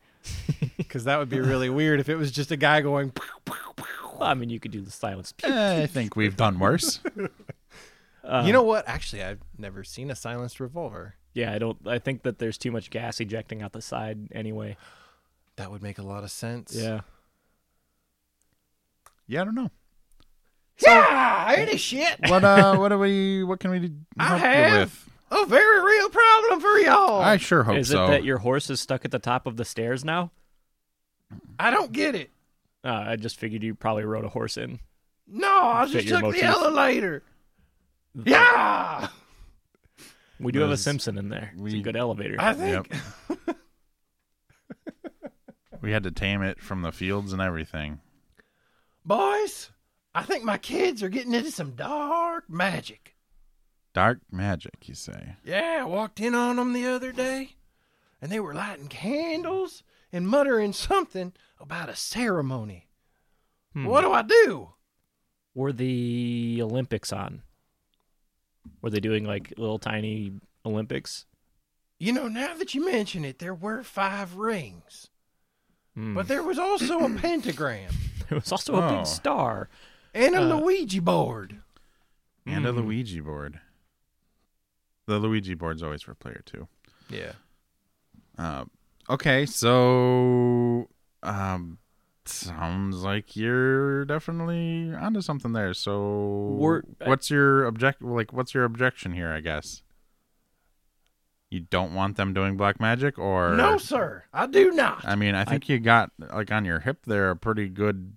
[SPEAKER 1] Because that would be really weird if it was just a guy going.
[SPEAKER 3] Well, I mean, you could do the silenced.
[SPEAKER 2] Eh, I think we've done
[SPEAKER 3] (laughs)
[SPEAKER 2] worse.
[SPEAKER 1] you know what? Actually, I've never seen a silenced revolver.
[SPEAKER 3] Yeah, I don't. I think that there's too much gas ejecting out the side anyway.
[SPEAKER 1] That would make a lot of sense.
[SPEAKER 3] Yeah.
[SPEAKER 2] Yeah, I don't know.
[SPEAKER 1] Yeah, I ain't a shit.
[SPEAKER 2] What
[SPEAKER 3] (laughs)
[SPEAKER 2] uh, what do we? What can we do-
[SPEAKER 1] I
[SPEAKER 2] help you
[SPEAKER 1] have
[SPEAKER 2] with?
[SPEAKER 1] a very real problem for y'all.
[SPEAKER 2] I sure hope
[SPEAKER 3] Is
[SPEAKER 2] so.
[SPEAKER 3] it that your horse is stuck at the top of the stairs now?
[SPEAKER 1] I don't get it.
[SPEAKER 3] Uh, I just figured you probably rode a horse in.
[SPEAKER 1] No, I
[SPEAKER 3] Fit
[SPEAKER 1] just
[SPEAKER 3] your
[SPEAKER 1] took
[SPEAKER 3] motif.
[SPEAKER 1] the elevator. Yeah,
[SPEAKER 3] We do have a
[SPEAKER 2] Those-
[SPEAKER 3] Simpson in there. It's a
[SPEAKER 2] we-
[SPEAKER 3] good elevator.
[SPEAKER 1] I think.
[SPEAKER 2] We had to tame it from the fields and everything.
[SPEAKER 1] Boys, I think my kids are getting into some dark magic.
[SPEAKER 2] Dark magic, you say?
[SPEAKER 1] Yeah, I walked in on them the other day, and they were lighting candles and muttering something about a ceremony.
[SPEAKER 3] Hmm.
[SPEAKER 1] What do I do?
[SPEAKER 3] Were the Olympics on? Were they doing like little tiny Olympics?
[SPEAKER 1] You know, now that you mention it, there were five rings,
[SPEAKER 3] Hmm. (laughs)
[SPEAKER 1] but there was also
[SPEAKER 3] (clears throat)
[SPEAKER 1] a pentagram
[SPEAKER 3] There was also a
[SPEAKER 2] Oh.
[SPEAKER 3] big star.
[SPEAKER 1] and a
[SPEAKER 3] Uh,
[SPEAKER 1] Luigi board.
[SPEAKER 2] And
[SPEAKER 3] Hmm.
[SPEAKER 2] a Luigi board. The Luigi board's always for player two.
[SPEAKER 1] Yeah.
[SPEAKER 2] Uh, okay, so um, sounds like you're definitely onto something there. So,
[SPEAKER 3] We're-
[SPEAKER 2] what's your object? Like, what's your objection here? I guess you don't want them doing black magic, or
[SPEAKER 1] No, sir, I do not.
[SPEAKER 2] I mean, I think you got like on your hip there a pretty good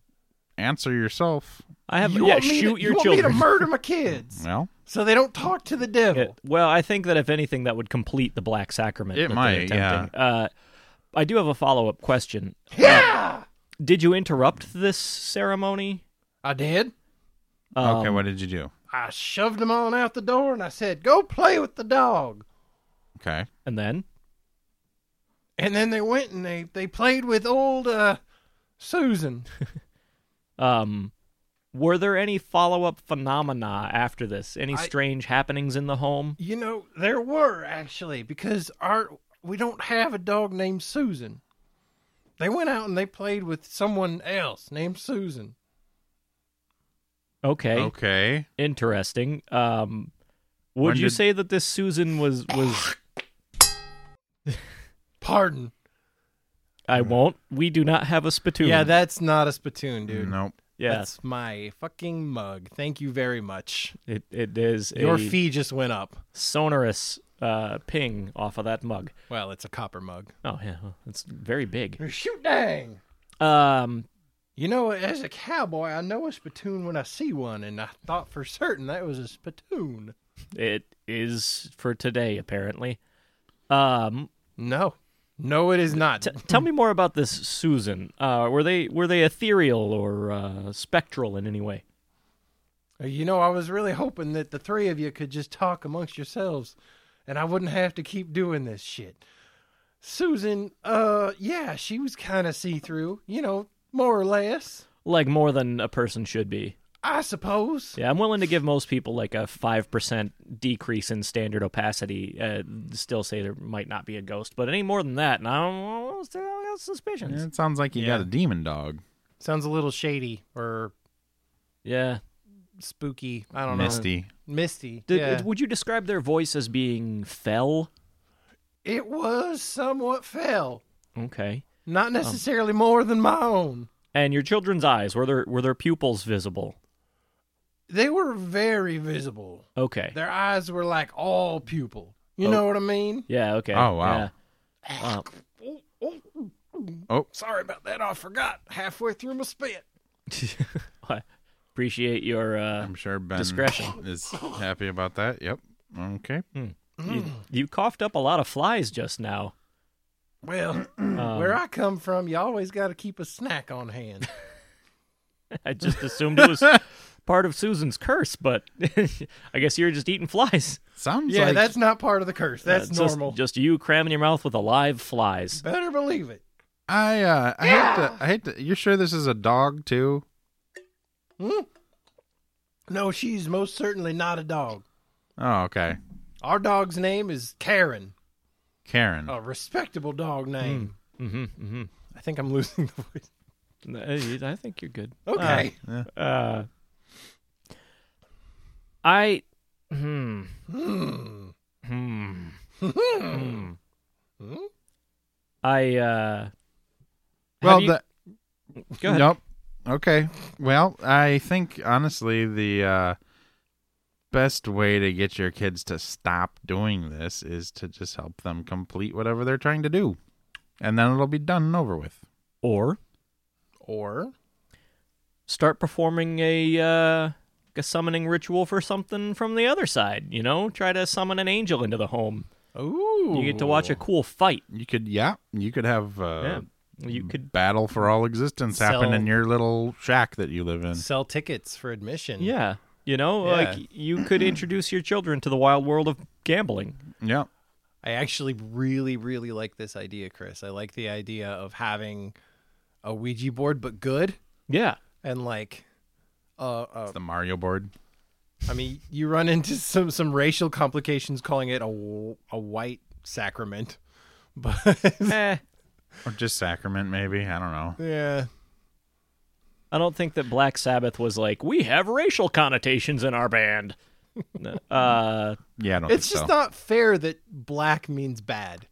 [SPEAKER 2] answer yourself.
[SPEAKER 3] I have
[SPEAKER 1] you
[SPEAKER 3] yeah.
[SPEAKER 1] want me
[SPEAKER 3] Shoot
[SPEAKER 1] to,
[SPEAKER 3] your
[SPEAKER 1] you want
[SPEAKER 3] children.
[SPEAKER 1] me to
[SPEAKER 3] (laughs)
[SPEAKER 1] murder my kids
[SPEAKER 2] Well,
[SPEAKER 1] so they don't talk to the devil.
[SPEAKER 3] Yeah, well, I think that if anything, that would complete the black sacrament.
[SPEAKER 2] It
[SPEAKER 3] that they're
[SPEAKER 2] might, yeah.
[SPEAKER 3] attempting. Uh, I do have a follow up question.
[SPEAKER 1] Yeah,
[SPEAKER 3] Did you interrupt this ceremony? Um,
[SPEAKER 1] I did.
[SPEAKER 2] okay,
[SPEAKER 1] Um,
[SPEAKER 2] what did you do?
[SPEAKER 1] I shoved them on out the door and I said, "Go play with the dog."
[SPEAKER 2] Okay,
[SPEAKER 3] And then
[SPEAKER 1] And then they went and they they played with old uh, Susan.
[SPEAKER 3] Um, were there any follow up phenomena after this? Any
[SPEAKER 1] I-
[SPEAKER 3] strange happenings in the home?
[SPEAKER 1] You know, there were actually because our we don't have a dog named Susan. They went out and they played with someone else named Susan.
[SPEAKER 3] Okay,
[SPEAKER 2] okay.
[SPEAKER 3] interesting. Um,
[SPEAKER 2] When
[SPEAKER 3] would you
[SPEAKER 2] did-
[SPEAKER 3] say that this Susan was was?
[SPEAKER 1] Pardon.
[SPEAKER 3] I won't. We do not have a spittoon.
[SPEAKER 1] Yeah, that's not a spittoon, dude.
[SPEAKER 2] Nope.
[SPEAKER 3] yes,
[SPEAKER 1] That's my fucking mug. Thank you very much.
[SPEAKER 3] it it is
[SPEAKER 1] Your
[SPEAKER 3] a
[SPEAKER 1] fee just went up.
[SPEAKER 3] sonorous uh, ping off of that mug.
[SPEAKER 1] Well, it's a copper mug.
[SPEAKER 3] Oh yeah, well, it's very big.
[SPEAKER 1] Shoot dang.
[SPEAKER 3] Um,
[SPEAKER 1] You know, as a cowboy, I know a spittoon when I see one, and I thought for certain that was a spittoon.
[SPEAKER 3] it is for today apparently. Um,
[SPEAKER 1] No, no, it is not.
[SPEAKER 3] T- tell me more about this Susan. Uh, were they were they ethereal or uh, spectral in any way?
[SPEAKER 1] you know, I was really hoping that the three of you could just talk amongst yourselves, and I wouldn't have to keep doing this shit. Susan, uh, yeah, she was kind of see through, you know, more or less,
[SPEAKER 3] Like more than a person should be.
[SPEAKER 1] I suppose.
[SPEAKER 3] Yeah, I'm willing to give most people like a five percent decrease in standard opacity. Uh, still say there might not be a ghost, but any more than that, and I don't still got suspicions.
[SPEAKER 2] It sounds like you
[SPEAKER 1] Yeah.
[SPEAKER 2] got a demon dog.
[SPEAKER 1] Sounds a little shady or
[SPEAKER 3] Yeah.
[SPEAKER 1] spooky. I don't
[SPEAKER 2] Misty.
[SPEAKER 1] know. Misty.
[SPEAKER 3] Did,
[SPEAKER 1] yeah.
[SPEAKER 3] Would you describe their voice as being fell?
[SPEAKER 1] it was somewhat fell.
[SPEAKER 3] Okay.
[SPEAKER 1] Not necessarily more than my own.
[SPEAKER 3] And your children's eyes were their were their pupils visible?
[SPEAKER 1] They were very visible.
[SPEAKER 3] Okay.
[SPEAKER 1] Their eyes were like all pupil. You
[SPEAKER 3] Oh.
[SPEAKER 1] know what I mean?
[SPEAKER 3] yeah. Okay.
[SPEAKER 2] Oh, wow.
[SPEAKER 3] Yeah. Wow.
[SPEAKER 2] Oh,
[SPEAKER 1] Sorry about that. I forgot halfway through my spit.
[SPEAKER 3] I (laughs) appreciate your uh,
[SPEAKER 2] I'm sure Ben
[SPEAKER 3] Discretion.
[SPEAKER 2] is happy about that. Yep. Okay.
[SPEAKER 3] You, you coughed up a lot of flies just now. (clears throat)
[SPEAKER 1] Well, where I come from, you always got to keep a snack on
[SPEAKER 3] (laughs)
[SPEAKER 1] hand.
[SPEAKER 3] I just assumed it (laughs) was part of Susan's curse, but (laughs) I guess you're just eating (laughs) flies.
[SPEAKER 2] Sounds
[SPEAKER 1] yeah,
[SPEAKER 2] like
[SPEAKER 1] that's not part of the curse. That's
[SPEAKER 3] Uh, just-
[SPEAKER 1] normal.
[SPEAKER 3] Just, you cramming your mouth with alive flies.
[SPEAKER 1] Better believe it.
[SPEAKER 2] I uh I hate to I hate to you're sure this is a dog too?
[SPEAKER 1] No, she's most certainly not a dog.
[SPEAKER 2] Oh, okay.
[SPEAKER 1] Our dog's name is Karen,
[SPEAKER 2] Karen.
[SPEAKER 1] a respectable dog name.
[SPEAKER 3] Mm-hmm, mm-hmm.
[SPEAKER 1] I think I'm losing the voice.
[SPEAKER 3] I think you're good.
[SPEAKER 1] Okay.
[SPEAKER 3] Oh. Uh, I. Hmm. Hmm. (laughs) Hmm. I. Uh,
[SPEAKER 2] well
[SPEAKER 3] you-
[SPEAKER 2] the
[SPEAKER 3] go ahead.
[SPEAKER 2] Nope. Okay. Well, I think honestly the uh best way to get your kids to stop doing this is to just help them complete whatever they're trying to do. And then it'll be done and over with.
[SPEAKER 3] Or
[SPEAKER 1] Or
[SPEAKER 3] start performing a uh, a summoning ritual for something from the other side. You know, try to summon an angel into the home.
[SPEAKER 1] Ooh.
[SPEAKER 3] You get to watch a cool fight.
[SPEAKER 2] You could yeah, you could have uh
[SPEAKER 3] Yeah. You could
[SPEAKER 2] battle for all existence happen
[SPEAKER 1] Sell-
[SPEAKER 2] in your little shack that you live in.
[SPEAKER 1] Sell tickets for admission.
[SPEAKER 3] Yeah. You know,
[SPEAKER 1] Yeah.
[SPEAKER 3] like you could introduce your children to the wild world of gambling.
[SPEAKER 2] Yeah.
[SPEAKER 1] I actually really, really like this idea, Chris. I like the idea of having a Ouija board, but good.
[SPEAKER 3] Yeah.
[SPEAKER 1] And like, uh, uh
[SPEAKER 2] The Mario board.
[SPEAKER 1] I mean, you run into some some racial complications calling it a, w- a white sacrament, (laughs) but
[SPEAKER 3] eh,
[SPEAKER 2] Or just sacrament, maybe. I don't know.
[SPEAKER 1] yeah,
[SPEAKER 3] I don't think that Black Sabbath was like, we have racial connotations in our band. No, uh,
[SPEAKER 2] Yeah, I
[SPEAKER 1] (laughs)
[SPEAKER 2] don't
[SPEAKER 1] it's
[SPEAKER 2] think
[SPEAKER 1] just
[SPEAKER 2] so.
[SPEAKER 1] not fair that black means bad.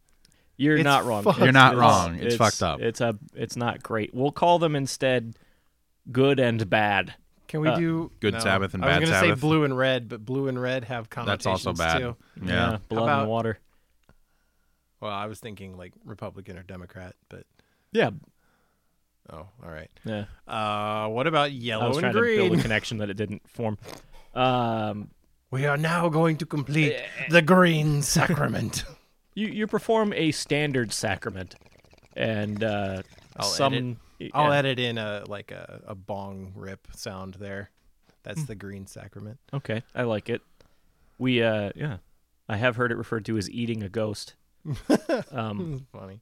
[SPEAKER 3] you're
[SPEAKER 1] It's
[SPEAKER 3] not wrong.
[SPEAKER 1] fucked
[SPEAKER 2] You're not
[SPEAKER 3] It's-
[SPEAKER 2] wrong. It's fucked up.
[SPEAKER 3] It's a. It's not great. We'll call them instead good and bad.
[SPEAKER 1] Can we
[SPEAKER 3] Uh,
[SPEAKER 1] do
[SPEAKER 2] Good
[SPEAKER 1] no.
[SPEAKER 2] Sabbath and
[SPEAKER 1] I was
[SPEAKER 2] Bad
[SPEAKER 1] gonna
[SPEAKER 2] Sabbath.
[SPEAKER 1] say blue and red, but blue and red have connotations
[SPEAKER 2] That's also bad.
[SPEAKER 1] too.
[SPEAKER 2] Yeah.
[SPEAKER 3] blood
[SPEAKER 1] about-
[SPEAKER 3] and water.
[SPEAKER 1] Well, I was thinking like Republican or Democrat, but
[SPEAKER 3] Yeah.
[SPEAKER 1] oh, all right.
[SPEAKER 3] Yeah.
[SPEAKER 1] Uh, what about
[SPEAKER 3] I
[SPEAKER 1] yellow
[SPEAKER 3] was
[SPEAKER 1] and
[SPEAKER 3] trying to build (laughs)
[SPEAKER 1] green?
[SPEAKER 3] a connection that it didn't form. Um,
[SPEAKER 1] We are now going to complete the green
[SPEAKER 3] (laughs)
[SPEAKER 1] sacrament.
[SPEAKER 3] you you perform a standard sacrament, and uh,
[SPEAKER 1] I'll
[SPEAKER 3] some.
[SPEAKER 1] edit. I'll edit in a like a, a bong rip sound there.
[SPEAKER 3] Hmm.
[SPEAKER 1] That's the green sacrament.
[SPEAKER 3] Okay, I like it. We uh yeah, I have heard it referred to as eating a ghost. um
[SPEAKER 1] Funny.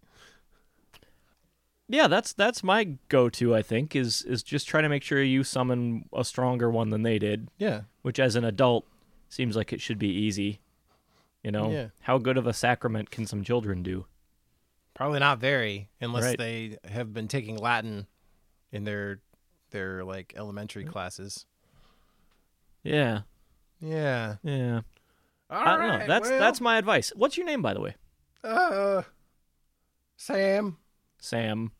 [SPEAKER 3] yeah, that's that's my go-to I think is is just try to make sure you summon a stronger one than they did,
[SPEAKER 1] Yeah.
[SPEAKER 3] which as an adult seems like it should be easy. You know,
[SPEAKER 1] Yeah.
[SPEAKER 3] how good of a sacrament can some children do?
[SPEAKER 1] Probably not very, unless
[SPEAKER 3] Right.
[SPEAKER 1] they have been taking Latin in their their like elementary
[SPEAKER 3] Hmm.
[SPEAKER 1] classes.
[SPEAKER 3] Yeah.
[SPEAKER 1] Yeah.
[SPEAKER 3] Yeah.
[SPEAKER 1] All
[SPEAKER 3] I don't know. That's that's my advice. What's your name by the way?
[SPEAKER 1] uh Sam.
[SPEAKER 3] Sam.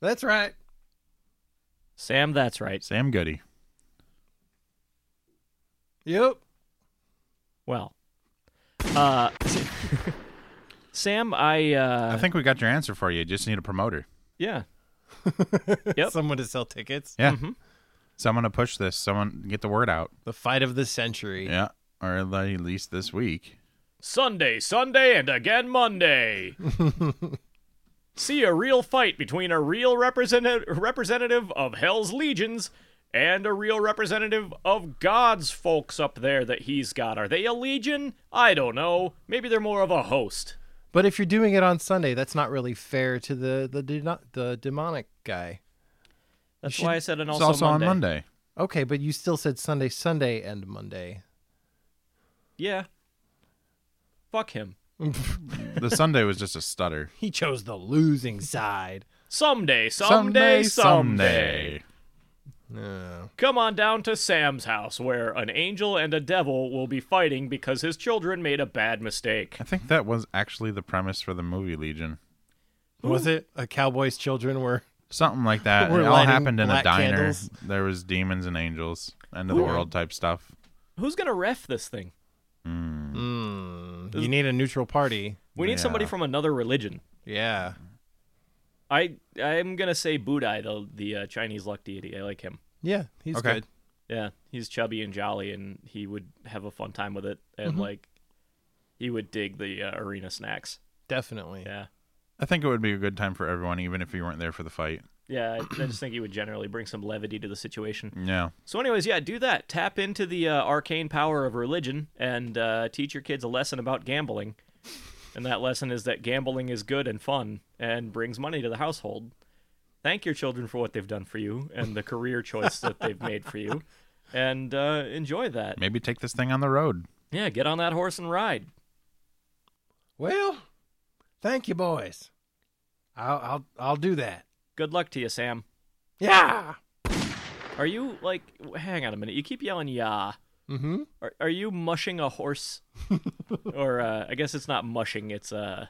[SPEAKER 1] That's right.
[SPEAKER 3] Sam, that's right.
[SPEAKER 2] Sam Goody.
[SPEAKER 1] Yep.
[SPEAKER 3] Well. Uh (laughs) Sam, I uh
[SPEAKER 2] I think we got your answer for you. You Just need a promoter.
[SPEAKER 3] yeah. Yep.
[SPEAKER 1] Someone to sell tickets.
[SPEAKER 2] Yeah.
[SPEAKER 3] Mhm.
[SPEAKER 2] Someone to push this. Someone get the word out.
[SPEAKER 1] The fight of the century.
[SPEAKER 2] Yeah. Or at least this week.
[SPEAKER 3] Sunday, Sunday, and
[SPEAKER 2] (laughs)
[SPEAKER 3] again Monday. See a real fight between a real representative representative of Hell's legions and a real representative of God's folks up there that he's got. Are they a legion? I don't know. Maybe they're more of a host.
[SPEAKER 1] But if you're doing it on Sunday, that's not really fair to the the de- the demonic guy.
[SPEAKER 3] That's
[SPEAKER 1] should-
[SPEAKER 3] why I said an
[SPEAKER 2] It's
[SPEAKER 3] also,
[SPEAKER 2] also
[SPEAKER 3] Monday.
[SPEAKER 2] on Monday.
[SPEAKER 1] Okay, but you still said Sunday, Sunday, and Monday.
[SPEAKER 3] Yeah. Fuck him.
[SPEAKER 2] The Sunday was just a stutter.
[SPEAKER 1] He chose the losing side.
[SPEAKER 3] Someday, someday,
[SPEAKER 2] someday.
[SPEAKER 3] someday.
[SPEAKER 1] No.
[SPEAKER 3] Come on down to Sam's house where an angel and a devil will be fighting because his children made a bad mistake.
[SPEAKER 2] I think that was actually the premise for the movie Legion.
[SPEAKER 1] Was it a cowboy's children were?
[SPEAKER 2] Something like that.
[SPEAKER 1] We're
[SPEAKER 2] it all
[SPEAKER 1] lighting
[SPEAKER 2] happened in a
[SPEAKER 1] black
[SPEAKER 2] diner.
[SPEAKER 1] candles.
[SPEAKER 2] There was demons and angels, end of the world type stuff.
[SPEAKER 3] Who's gonna ref this thing?
[SPEAKER 1] Mm, you need a neutral party.
[SPEAKER 3] We need somebody
[SPEAKER 2] Yeah.
[SPEAKER 3] from another religion.
[SPEAKER 1] Yeah.
[SPEAKER 3] I I'm gonna say Budai, the the uh, Chinese luck deity. I like him.
[SPEAKER 1] Yeah, he's
[SPEAKER 2] Okay.
[SPEAKER 1] good.
[SPEAKER 3] Yeah, he's chubby and jolly, and he would have a fun time with it, and like he would dig the uh, arena snacks.
[SPEAKER 1] Definitely.
[SPEAKER 3] Yeah,
[SPEAKER 2] I think it would be a good time for everyone, even if you weren't there for the fight.
[SPEAKER 3] yeah. I, I just think he would generally bring some levity to the situation.
[SPEAKER 2] Yeah.
[SPEAKER 3] So, anyways, yeah, do that. Tap into the uh, arcane power of religion and uh, teach your kids a lesson about gambling. And that lesson is that gambling is good and fun and brings money to the household. Thank your children for what they've done for you and the career choice that they've made for you. And uh, enjoy that.
[SPEAKER 2] Maybe take this thing on the road.
[SPEAKER 3] Yeah, get on that horse and ride.
[SPEAKER 1] Well, thank you, boys. I'll I'll I'll do that.
[SPEAKER 3] Good luck to you, Sam.
[SPEAKER 1] Yeah.
[SPEAKER 3] Are you, like, hang on a minute. You keep yelling, yeah.
[SPEAKER 1] Mm-hmm.
[SPEAKER 3] Are, are you mushing a horse? or, uh, I guess it's not mushing, it's, uh,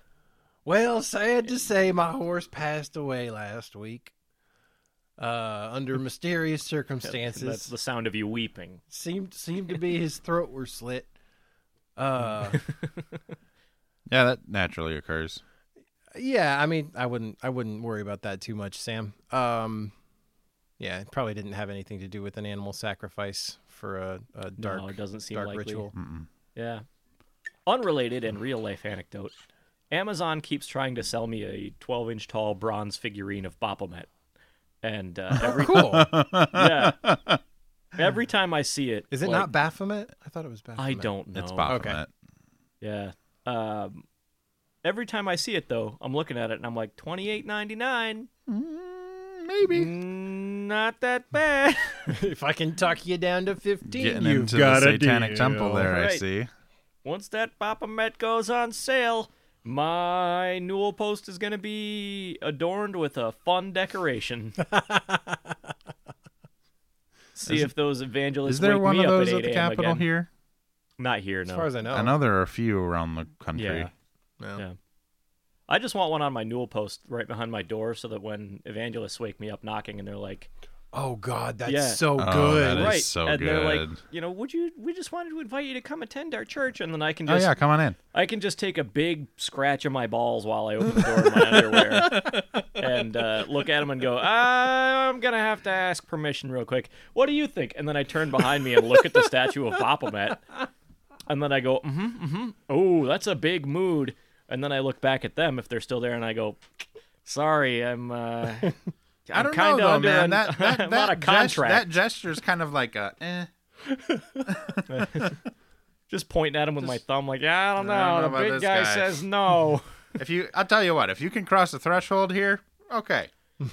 [SPEAKER 1] Well, sad to say, my horse passed away last week. Uh, under mysterious circumstances.
[SPEAKER 3] (laughs) that's the sound of you weeping.
[SPEAKER 1] seemed seemed to be his throat were
[SPEAKER 3] (laughs)
[SPEAKER 1] slit. Uh,
[SPEAKER 2] Yeah, that naturally occurs.
[SPEAKER 1] yeah, I mean, I wouldn't I wouldn't worry about that too much, Sam. Um, yeah, it probably didn't have anything to do with an animal sacrifice for a, a dark
[SPEAKER 3] no, it doesn't seem
[SPEAKER 1] dark
[SPEAKER 3] likely.
[SPEAKER 1] ritual.
[SPEAKER 3] Yeah. Unrelated and real life anecdote. Amazon keeps trying to sell me a 12 inch tall bronze figurine of Baphomet. And uh, (laughs) every,
[SPEAKER 1] Cool.
[SPEAKER 3] yeah, every time I see it,
[SPEAKER 1] Is it
[SPEAKER 3] like,
[SPEAKER 1] not Baphomet? I thought it was Baphomet.
[SPEAKER 3] I don't know.
[SPEAKER 2] It's Baphomet.
[SPEAKER 3] Yeah. Um, every time I see it though, I'm looking at it and I'm like, twenty eight ninety nine.
[SPEAKER 2] Mm, maybe.
[SPEAKER 3] Not that bad.
[SPEAKER 1] (laughs)
[SPEAKER 3] (laughs)
[SPEAKER 1] if I can talk you down to 15,
[SPEAKER 2] Getting
[SPEAKER 1] you've
[SPEAKER 2] into the
[SPEAKER 1] got a
[SPEAKER 2] Satanic
[SPEAKER 1] deal.
[SPEAKER 2] Temple there, I
[SPEAKER 3] Right.
[SPEAKER 2] see.
[SPEAKER 3] Once that Baphomet goes on sale, my newel post is gonna be adorned with a
[SPEAKER 2] (laughs)
[SPEAKER 3] fun decoration. See if those evangelists
[SPEAKER 2] Is there
[SPEAKER 3] wake
[SPEAKER 2] one
[SPEAKER 3] me
[SPEAKER 2] of
[SPEAKER 3] up
[SPEAKER 2] those
[SPEAKER 3] at,
[SPEAKER 2] at
[SPEAKER 3] 8
[SPEAKER 2] the
[SPEAKER 3] a.m.
[SPEAKER 2] Capitol
[SPEAKER 3] again.
[SPEAKER 2] here?
[SPEAKER 3] Not here, no.
[SPEAKER 1] As far as I know.
[SPEAKER 2] I know there are a few around the country.
[SPEAKER 3] Yeah. Yeah. I just want one on my newel post right behind my door so that when evangelists wake me up knocking and they're like,
[SPEAKER 1] Oh, God, that's
[SPEAKER 3] Yeah.
[SPEAKER 1] so
[SPEAKER 2] Oh,
[SPEAKER 1] good.
[SPEAKER 2] that is-
[SPEAKER 3] right.
[SPEAKER 2] so
[SPEAKER 3] and they're like,
[SPEAKER 2] good.
[SPEAKER 3] you know, would you? We just wanted to invite you to come attend our church, and then I can
[SPEAKER 2] Oh
[SPEAKER 3] just,
[SPEAKER 2] yeah, come on in.
[SPEAKER 3] I can just take a big scratch of my balls while I open the door in my underwear, and uh, look at them and go, I'm gonna have to ask permission real quick. What do you think? And then I turn behind me and look at the statue of Baphomet, and then I go, mm-hmm, mm-hmm. Oh, that's a big mood. And then I look back at them if they're still there, and I go, sorry, I'm. Uh,
[SPEAKER 2] (laughs) I don't
[SPEAKER 3] kinda
[SPEAKER 2] know, though,
[SPEAKER 3] under
[SPEAKER 2] man.
[SPEAKER 3] an-
[SPEAKER 2] That
[SPEAKER 3] (laughs)
[SPEAKER 2] that,
[SPEAKER 3] I'm
[SPEAKER 2] that,
[SPEAKER 3] on a
[SPEAKER 2] gest-
[SPEAKER 3] contract.
[SPEAKER 2] that gesture's kind of like a. Eh.
[SPEAKER 3] just pointing at him with my thumb, like, I don't know.
[SPEAKER 2] I don't know about
[SPEAKER 3] the
[SPEAKER 2] this
[SPEAKER 3] big guy,
[SPEAKER 2] guy." (laughs)
[SPEAKER 3] says no.
[SPEAKER 2] If you, I'll tell you what. If you can cross the threshold here, okay.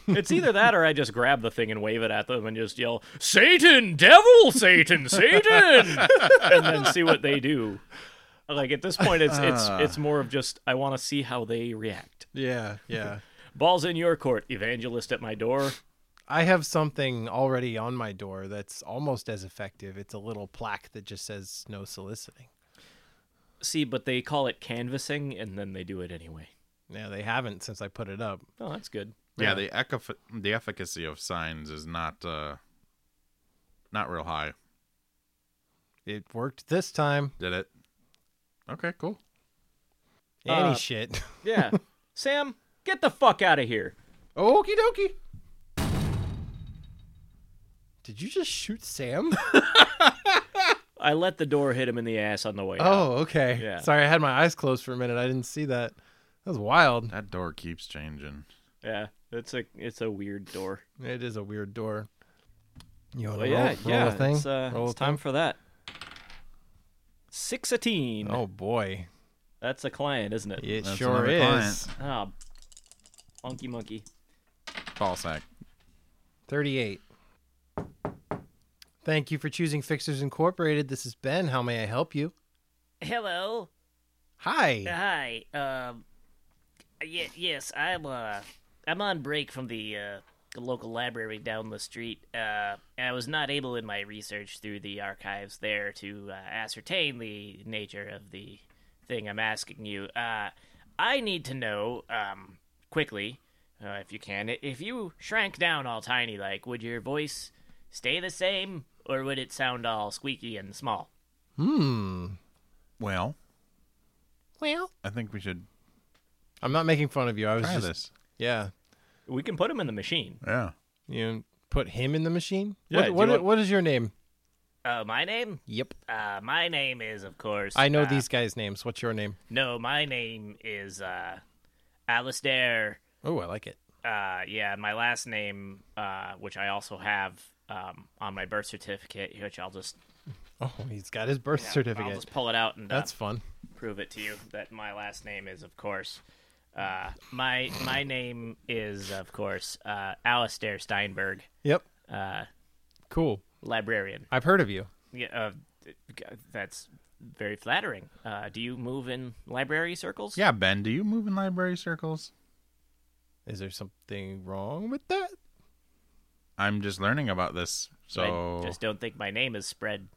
[SPEAKER 3] it's either that or I just grab the thing and wave it at them and just yell, Satan, devil, Satan, Satan, and then see what they do. Like at this point, it's it's it's more of just I want to see how they react. (laughs)
[SPEAKER 1] yeah, yeah.
[SPEAKER 3] Balls in your court, evangelist at my door.
[SPEAKER 1] I have something already on my door that's almost as effective. It's a little plaque that just says no soliciting.
[SPEAKER 3] See, but they call it canvassing, and then they do it anyway.
[SPEAKER 1] Yeah, they haven't since I put it up.
[SPEAKER 3] Oh, that's good.
[SPEAKER 2] Yeah, the eco- the efficacy of signs is not uh not real high.
[SPEAKER 1] It worked this time.
[SPEAKER 2] Did it? Okay, cool.
[SPEAKER 1] Any
[SPEAKER 3] Uh,
[SPEAKER 1] shit. (laughs)
[SPEAKER 3] Yeah, Sam, get the fuck out of here.
[SPEAKER 1] Okie dokie. Did you just shoot Sam?
[SPEAKER 3] I let the door hit him in the ass on the way. out.
[SPEAKER 1] Oh, okay.
[SPEAKER 3] (laughs) Yeah.
[SPEAKER 1] Sorry, I had my eyes closed for a minute. I didn't see that. That was wild.
[SPEAKER 2] That door keeps changing.
[SPEAKER 3] yeah, it's a it's a weird door.
[SPEAKER 1] It is a weird door. You want
[SPEAKER 3] Well,
[SPEAKER 1] to roll,
[SPEAKER 3] yeah,
[SPEAKER 1] roll
[SPEAKER 3] yeah.
[SPEAKER 1] a thing?
[SPEAKER 3] It's, uh,
[SPEAKER 1] roll
[SPEAKER 3] it's
[SPEAKER 1] a
[SPEAKER 3] time for that. Sixteen.
[SPEAKER 1] thing? Oh boy,
[SPEAKER 3] That's a client, isn't it?
[SPEAKER 1] it
[SPEAKER 2] That's
[SPEAKER 1] sure
[SPEAKER 2] another
[SPEAKER 1] is.
[SPEAKER 2] client.
[SPEAKER 3] Ah, funky monkey.
[SPEAKER 2] Ball sack.
[SPEAKER 1] Thirty-eight. Thank you for choosing Fixers Incorporated. This is Ben. How may I help you?
[SPEAKER 5] Hello.
[SPEAKER 1] Hi.
[SPEAKER 5] Hi. Um. Y- yes, I'm. Uh, I'm on break from the uh, the local library down the street. Uh, I was not able in my research through the archives there to uh, ascertain the nature of the thing I'm asking you. Uh, I need to know um quickly, uh, if you can, i- if you shrank down all tiny, like would your voice stay the same, or would it sound all squeaky and small?
[SPEAKER 1] Hmm.
[SPEAKER 2] Well,
[SPEAKER 5] Well,
[SPEAKER 2] I think we should
[SPEAKER 1] I'm not making fun of you. I was
[SPEAKER 2] try
[SPEAKER 1] just
[SPEAKER 2] this.
[SPEAKER 1] yeah.
[SPEAKER 3] We can put him in the machine.
[SPEAKER 2] Yeah.
[SPEAKER 1] You put him in the machine.
[SPEAKER 3] Yeah, do
[SPEAKER 1] What what,
[SPEAKER 3] you want-
[SPEAKER 1] what is your name?
[SPEAKER 5] uh, my name.
[SPEAKER 1] Yep.
[SPEAKER 5] Uh, my name is, of course.
[SPEAKER 1] I know
[SPEAKER 5] uh,
[SPEAKER 1] these guys' names. What's your name?
[SPEAKER 5] No, my name is uh, Alistair.
[SPEAKER 1] Oh, I like it.
[SPEAKER 5] Uh, yeah, my last name, uh, which I also have um, on my birth certificate, which I'll just
[SPEAKER 1] Oh, he's got his birth
[SPEAKER 5] I'll
[SPEAKER 1] certificate.
[SPEAKER 5] just pull it out and uh,
[SPEAKER 1] That's fun.
[SPEAKER 5] prove it to you that my last name is, of course. Uh, my my name is, of course, uh, Alistair Steinberg,
[SPEAKER 1] Yep.
[SPEAKER 5] uh,
[SPEAKER 1] Cool.
[SPEAKER 5] librarian.
[SPEAKER 1] I've heard of you.
[SPEAKER 5] Yeah, uh, that's very flattering. Uh, do you move in library circles?
[SPEAKER 2] Yeah, Ben, do you move in library circles?
[SPEAKER 1] Is there something wrong with that?
[SPEAKER 2] I'm just learning about this. So
[SPEAKER 5] I just don't think my name is spread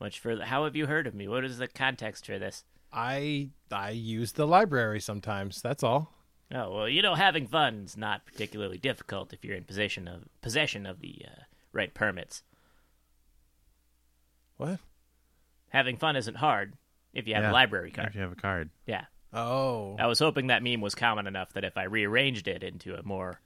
[SPEAKER 5] much further. How have you heard of me? What is the context for this?
[SPEAKER 1] I I use the library sometimes. That's all.
[SPEAKER 5] Oh well, you know, having fun's not particularly difficult if you're in possession of possession of the uh, right permits.
[SPEAKER 1] What?
[SPEAKER 5] Having fun isn't hard if you have
[SPEAKER 2] Yeah.
[SPEAKER 5] a library
[SPEAKER 2] if
[SPEAKER 5] card.
[SPEAKER 2] you have a card.
[SPEAKER 5] Yeah,
[SPEAKER 1] Oh
[SPEAKER 5] I was hoping that meme was common enough that if I rearranged it into a more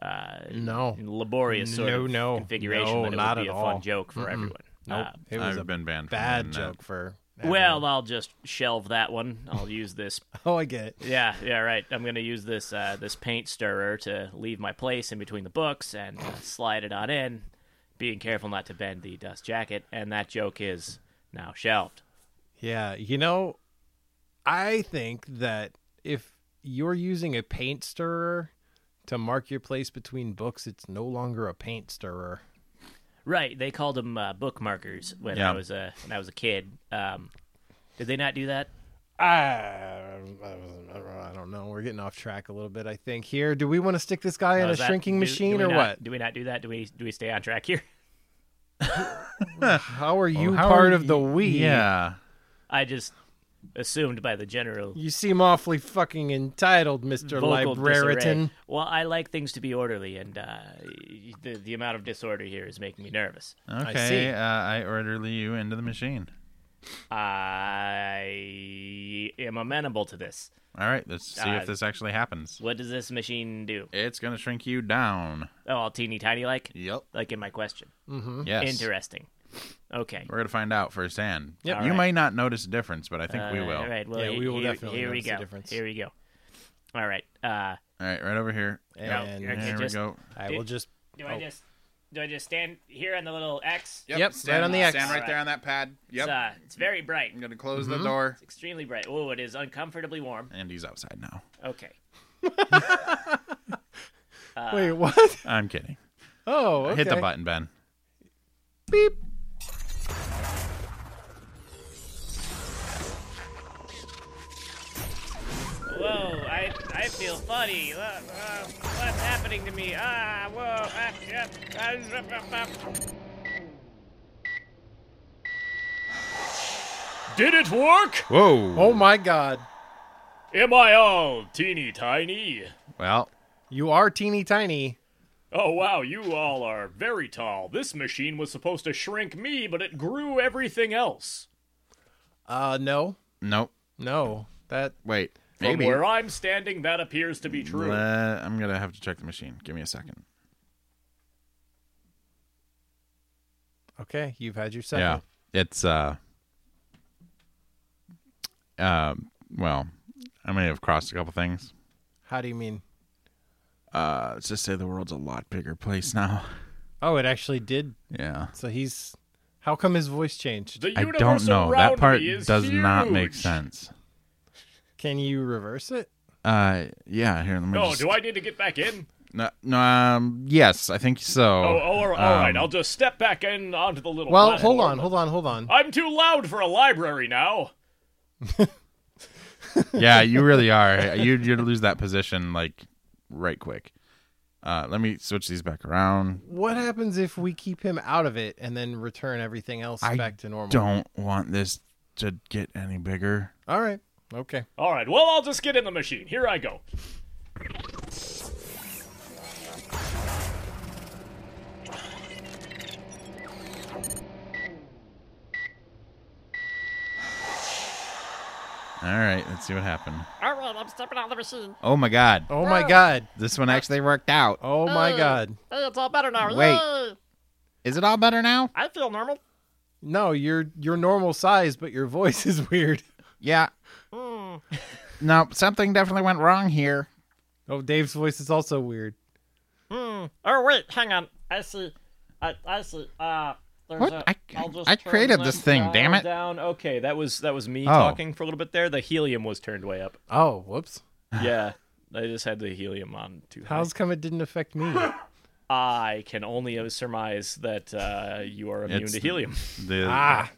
[SPEAKER 5] uh,
[SPEAKER 1] no,
[SPEAKER 5] laborious sort
[SPEAKER 1] No,
[SPEAKER 5] of
[SPEAKER 1] no.
[SPEAKER 5] configuration,
[SPEAKER 1] No,
[SPEAKER 5] that it
[SPEAKER 1] not
[SPEAKER 5] would be
[SPEAKER 1] at
[SPEAKER 5] a fun
[SPEAKER 1] all.
[SPEAKER 5] joke for everyone.
[SPEAKER 1] nope.
[SPEAKER 5] Uh,
[SPEAKER 1] it was
[SPEAKER 2] I've
[SPEAKER 1] a
[SPEAKER 2] been banned from
[SPEAKER 1] bad
[SPEAKER 2] doing that.
[SPEAKER 1] joke for
[SPEAKER 3] Well, I'll just shelve that one. I'll use this.
[SPEAKER 1] (laughs) Oh, I get it.
[SPEAKER 3] Yeah, yeah, right. I'm gonna use this uh, this paint stirrer to leave my place in between the books and uh, slide it on in, being careful not to bend the dust jacket. And that joke is now shelved.
[SPEAKER 1] Yeah, you know, I think that if you're using a paint stirrer to mark your place between books, it's no longer a paint stirrer.
[SPEAKER 3] Right. They called them uh, bookmarkers when
[SPEAKER 2] Yeah.
[SPEAKER 3] I was a when I was a kid. Um, did they not do that?
[SPEAKER 1] I, Ah, I don't know. We're getting off track a little bit, I think, here. Do we want to stick this guy in
[SPEAKER 3] Uh,
[SPEAKER 1] a
[SPEAKER 3] is that-
[SPEAKER 1] shrinking
[SPEAKER 3] do- do
[SPEAKER 1] machine
[SPEAKER 3] we
[SPEAKER 1] or
[SPEAKER 3] not-
[SPEAKER 1] what?
[SPEAKER 3] Do we not do that? Do we do we stay on track here? (laughs)
[SPEAKER 1] (laughs) How are you
[SPEAKER 2] Oh, How are
[SPEAKER 1] part of
[SPEAKER 2] you-
[SPEAKER 1] the we?
[SPEAKER 2] Yeah.
[SPEAKER 3] I just assumed by the general
[SPEAKER 1] You seem awfully fucking entitled, Mr.
[SPEAKER 3] vocal
[SPEAKER 1] Librarian.
[SPEAKER 3] disarray. Well, I like things to be orderly, and uh, the the amount of disorder here is making me nervous.
[SPEAKER 2] Okay.
[SPEAKER 1] see.
[SPEAKER 2] Uh, I orderly you into the machine.
[SPEAKER 3] I am amenable to this.
[SPEAKER 2] All right. Let's see
[SPEAKER 3] Uh,
[SPEAKER 2] if this actually happens.
[SPEAKER 3] What does this machine do?
[SPEAKER 2] It's gonna shrink you down.
[SPEAKER 3] Oh, all teeny tiny like,
[SPEAKER 2] Yep.
[SPEAKER 3] like in my question.
[SPEAKER 2] Yes.
[SPEAKER 3] Interesting. Okay.
[SPEAKER 2] We're gonna find out firsthand.
[SPEAKER 1] Yep.
[SPEAKER 2] You
[SPEAKER 3] All right.
[SPEAKER 2] may not notice a difference, but I think we
[SPEAKER 3] Uh,
[SPEAKER 2] will.
[SPEAKER 3] All right. Well,
[SPEAKER 1] Yeah,
[SPEAKER 3] he-
[SPEAKER 1] we will
[SPEAKER 3] here,
[SPEAKER 1] definitely
[SPEAKER 3] Here we
[SPEAKER 1] notice the
[SPEAKER 3] go.
[SPEAKER 1] difference.
[SPEAKER 3] Here we go. All right. Uh,
[SPEAKER 2] All right, right over here.
[SPEAKER 1] And
[SPEAKER 3] Okay,
[SPEAKER 2] here
[SPEAKER 3] just-
[SPEAKER 2] we go.
[SPEAKER 1] I will just.
[SPEAKER 3] do I just do I just stand here on the little X?
[SPEAKER 1] Yep, right on the X.
[SPEAKER 2] Stand right
[SPEAKER 3] All
[SPEAKER 2] there
[SPEAKER 3] right.
[SPEAKER 2] on that pad.
[SPEAKER 3] It's,
[SPEAKER 2] Yep.
[SPEAKER 3] uh, it's very bright.
[SPEAKER 2] I'm gonna close the door.
[SPEAKER 3] Extremely bright. Oh, it is uncomfortably warm.
[SPEAKER 2] Mm-hmm. And he's outside now.
[SPEAKER 3] Okay.
[SPEAKER 1] Wait, what? (laughs)
[SPEAKER 2] I'm kidding.
[SPEAKER 1] Oh, okay.
[SPEAKER 2] Uh, Hit the button, Ben.
[SPEAKER 1] Beep.
[SPEAKER 3] Whoa, I, I feel funny. Uh, uh, what's happening to me? Ah, whoa. Ah, yeah, ah, rup, rup, rup. Did it work?
[SPEAKER 2] Whoa.
[SPEAKER 1] Oh my God.
[SPEAKER 3] Am I all teeny tiny?
[SPEAKER 2] Well,
[SPEAKER 1] You are teeny tiny.
[SPEAKER 3] Oh wow, you all are very tall. This machine was supposed to shrink me, but it grew everything else.
[SPEAKER 1] Uh, no,
[SPEAKER 2] nope.
[SPEAKER 1] no. That
[SPEAKER 2] Wait. Maybe.
[SPEAKER 3] From where I'm standing, that appears to be true.
[SPEAKER 2] Uh, I'm gonna have to check the machine. Give me a second.
[SPEAKER 1] okay. You've had your second.
[SPEAKER 2] Yeah, it's uh, uh, well, I may have crossed a couple things.
[SPEAKER 1] How do you mean?
[SPEAKER 2] Uh, let's just say the world's a lot bigger place now. (laughs)
[SPEAKER 1] Oh, it actually did.
[SPEAKER 2] Yeah,
[SPEAKER 1] So he's. How come his voice changed?
[SPEAKER 3] the
[SPEAKER 2] I
[SPEAKER 3] universe
[SPEAKER 2] don't know. That
[SPEAKER 3] around
[SPEAKER 2] part
[SPEAKER 3] me is
[SPEAKER 2] does not
[SPEAKER 3] huge.
[SPEAKER 2] make sense.
[SPEAKER 1] Can you reverse it?
[SPEAKER 2] Uh, yeah. Here, let me.
[SPEAKER 3] Oh,
[SPEAKER 2] just-
[SPEAKER 3] do I need to get back in?
[SPEAKER 2] No, no, um, yes, I think so.
[SPEAKER 3] Oh, oh all all right.
[SPEAKER 2] Um,
[SPEAKER 3] I'll just step back in onto the little.
[SPEAKER 1] Well,
[SPEAKER 3] platform.
[SPEAKER 1] hold on, hold on, hold on.
[SPEAKER 3] I'm too loud for a library now. oh.
[SPEAKER 2] (laughs) yeah, you really are. You you lose that position like right quick. Uh, let me switch these back around.
[SPEAKER 1] What happens if we keep him out of it and then return everything else
[SPEAKER 2] I
[SPEAKER 1] back to normal?
[SPEAKER 2] Don't want this to get any bigger.
[SPEAKER 1] All right. Okay.
[SPEAKER 3] All right. Well, I'll just get in the machine. Here I go.
[SPEAKER 2] All right, let's see what happened.
[SPEAKER 5] All right, I'm stepping out of the machine.
[SPEAKER 2] Oh my god.
[SPEAKER 1] Oh my God.
[SPEAKER 2] This one actually worked out.
[SPEAKER 1] Oh my
[SPEAKER 5] Uh.
[SPEAKER 1] God.
[SPEAKER 5] Hey, it's all better now.
[SPEAKER 2] Wait.
[SPEAKER 5] Yay!
[SPEAKER 2] Is it all better now?
[SPEAKER 5] I feel normal.
[SPEAKER 1] No, you're you're normal size, but your (laughs) voice is weird.
[SPEAKER 2] Yeah.
[SPEAKER 3] Hmm.
[SPEAKER 2] No, something definitely went wrong here.
[SPEAKER 1] Oh, Dave's voice is also weird.
[SPEAKER 5] Oh wait, hang on. I see. I I see. Uh, there's
[SPEAKER 2] What?
[SPEAKER 5] A,
[SPEAKER 2] I-
[SPEAKER 5] I'll just
[SPEAKER 2] I
[SPEAKER 5] turn
[SPEAKER 2] created this thing,
[SPEAKER 5] down.
[SPEAKER 2] damn it.
[SPEAKER 3] Down. Okay, that was that was me
[SPEAKER 2] Oh.
[SPEAKER 3] talking for a little bit there. The helium was turned way up.
[SPEAKER 1] Oh, whoops.
[SPEAKER 3] Yeah, I just had the helium on too high.
[SPEAKER 1] How's come it didn't affect me?
[SPEAKER 3] I can only surmise that uh, you are immune
[SPEAKER 2] It's-
[SPEAKER 3] to helium.
[SPEAKER 2] (laughs) The,
[SPEAKER 1] ah.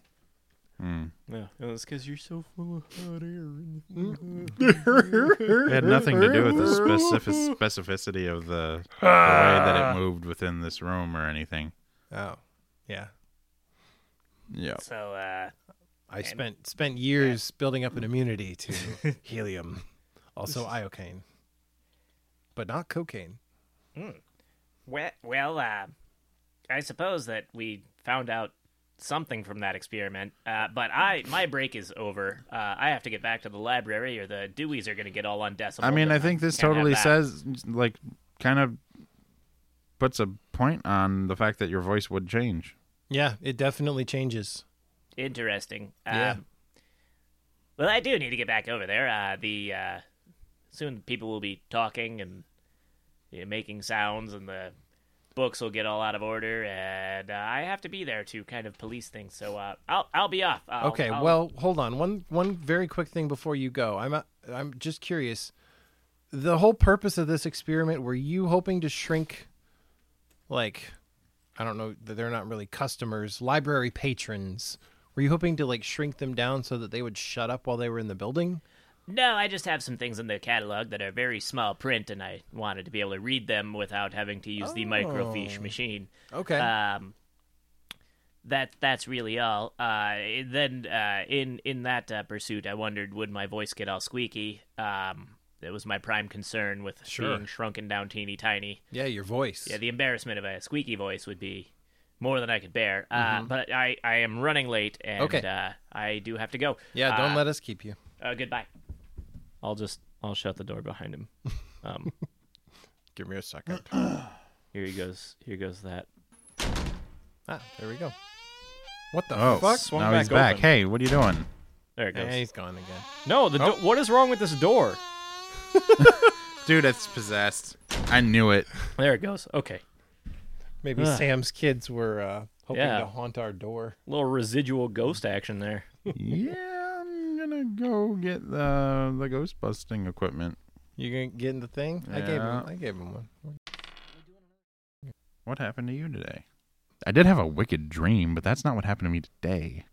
[SPEAKER 3] Yeah, it's because you're so full of hot air.
[SPEAKER 2] It had nothing to do with the specific- specificity of the, the way that it moved within this room or anything.
[SPEAKER 1] Oh. Yeah.
[SPEAKER 2] Yeah.
[SPEAKER 3] So, uh,
[SPEAKER 1] I spent spent years building up an immunity to helium, also iocane, but not cocaine.
[SPEAKER 3] well, well uh, I suppose that we found out something from that experiment. Uh, but I, my break is over. Uh, I have to get back to the library, or the Deweys are going to get all on decibel.
[SPEAKER 2] I mean,
[SPEAKER 3] and
[SPEAKER 2] I think this
[SPEAKER 3] can't have
[SPEAKER 2] totally
[SPEAKER 3] that.
[SPEAKER 2] says, like, kind of puts a point on the fact that your voice would change.
[SPEAKER 1] Yeah, it definitely changes.
[SPEAKER 3] interesting.
[SPEAKER 1] Yeah.
[SPEAKER 3] Um, Well, I do need to get back over there. Uh, the uh, soon people will be talking and yeah, making sounds, and the books will get all out of order, and uh, I have to be there to kind of police things. So uh, I'll I'll be off. I'll,
[SPEAKER 1] Okay,
[SPEAKER 3] I'll-
[SPEAKER 1] well, hold on. One one very quick thing before you go. I'm uh, I'm just curious. The whole purpose of this experiment were you hoping to shrink like I don't know, that they're not really customers, library patrons. Were you hoping to like shrink them down so that they would shut up while they were in the building?
[SPEAKER 3] no, I just have some things in the catalog that are very small print, and I wanted to be able to read them without having to use the
[SPEAKER 1] Oh.
[SPEAKER 3] microfiche machine.
[SPEAKER 1] Okay.
[SPEAKER 3] Um, that that's really all. Uh, and then uh, in in that uh, pursuit, I wondered would my voice get all squeaky. Um, that was my prime concern with
[SPEAKER 1] Sure.
[SPEAKER 3] being shrunken down teeny tiny.
[SPEAKER 1] yeah, your voice.
[SPEAKER 3] Yeah, the embarrassment of a squeaky voice would be more than I could bear. Uh, but I I am running late, and
[SPEAKER 1] Mm-hmm. Okay.
[SPEAKER 3] uh, I do have to go.
[SPEAKER 1] yeah, don't
[SPEAKER 3] Uh,
[SPEAKER 1] let us keep you.
[SPEAKER 3] Uh, goodbye. I'll just I'll shut the door behind him. Um,
[SPEAKER 1] Give me a second.
[SPEAKER 3] here he goes. Here goes that.
[SPEAKER 1] (clears throat) ah, there we go. What the
[SPEAKER 2] Oh,
[SPEAKER 1] fuck?
[SPEAKER 2] now
[SPEAKER 6] back
[SPEAKER 2] he's back.
[SPEAKER 6] open.
[SPEAKER 2] Hey, what are you doing?
[SPEAKER 3] There it goes.
[SPEAKER 1] Yeah, he's gone again.
[SPEAKER 6] No, the
[SPEAKER 2] Oh.
[SPEAKER 6] do- what is wrong with this door?
[SPEAKER 2] Dude, it's possessed. I knew it.
[SPEAKER 3] There it goes. Okay.
[SPEAKER 1] Maybe Sam's kids were uh, hoping
[SPEAKER 3] Yeah.
[SPEAKER 1] to haunt our door.
[SPEAKER 3] Little residual ghost action there.
[SPEAKER 2] (laughs) yeah, I'm gonna go get the the ghost busting equipment.
[SPEAKER 1] You gonna get in the thing? I gave him.
[SPEAKER 2] Yeah.
[SPEAKER 1] I gave him one.
[SPEAKER 2] What happened to you today? I did have a wicked dream, but that's not what happened to me today.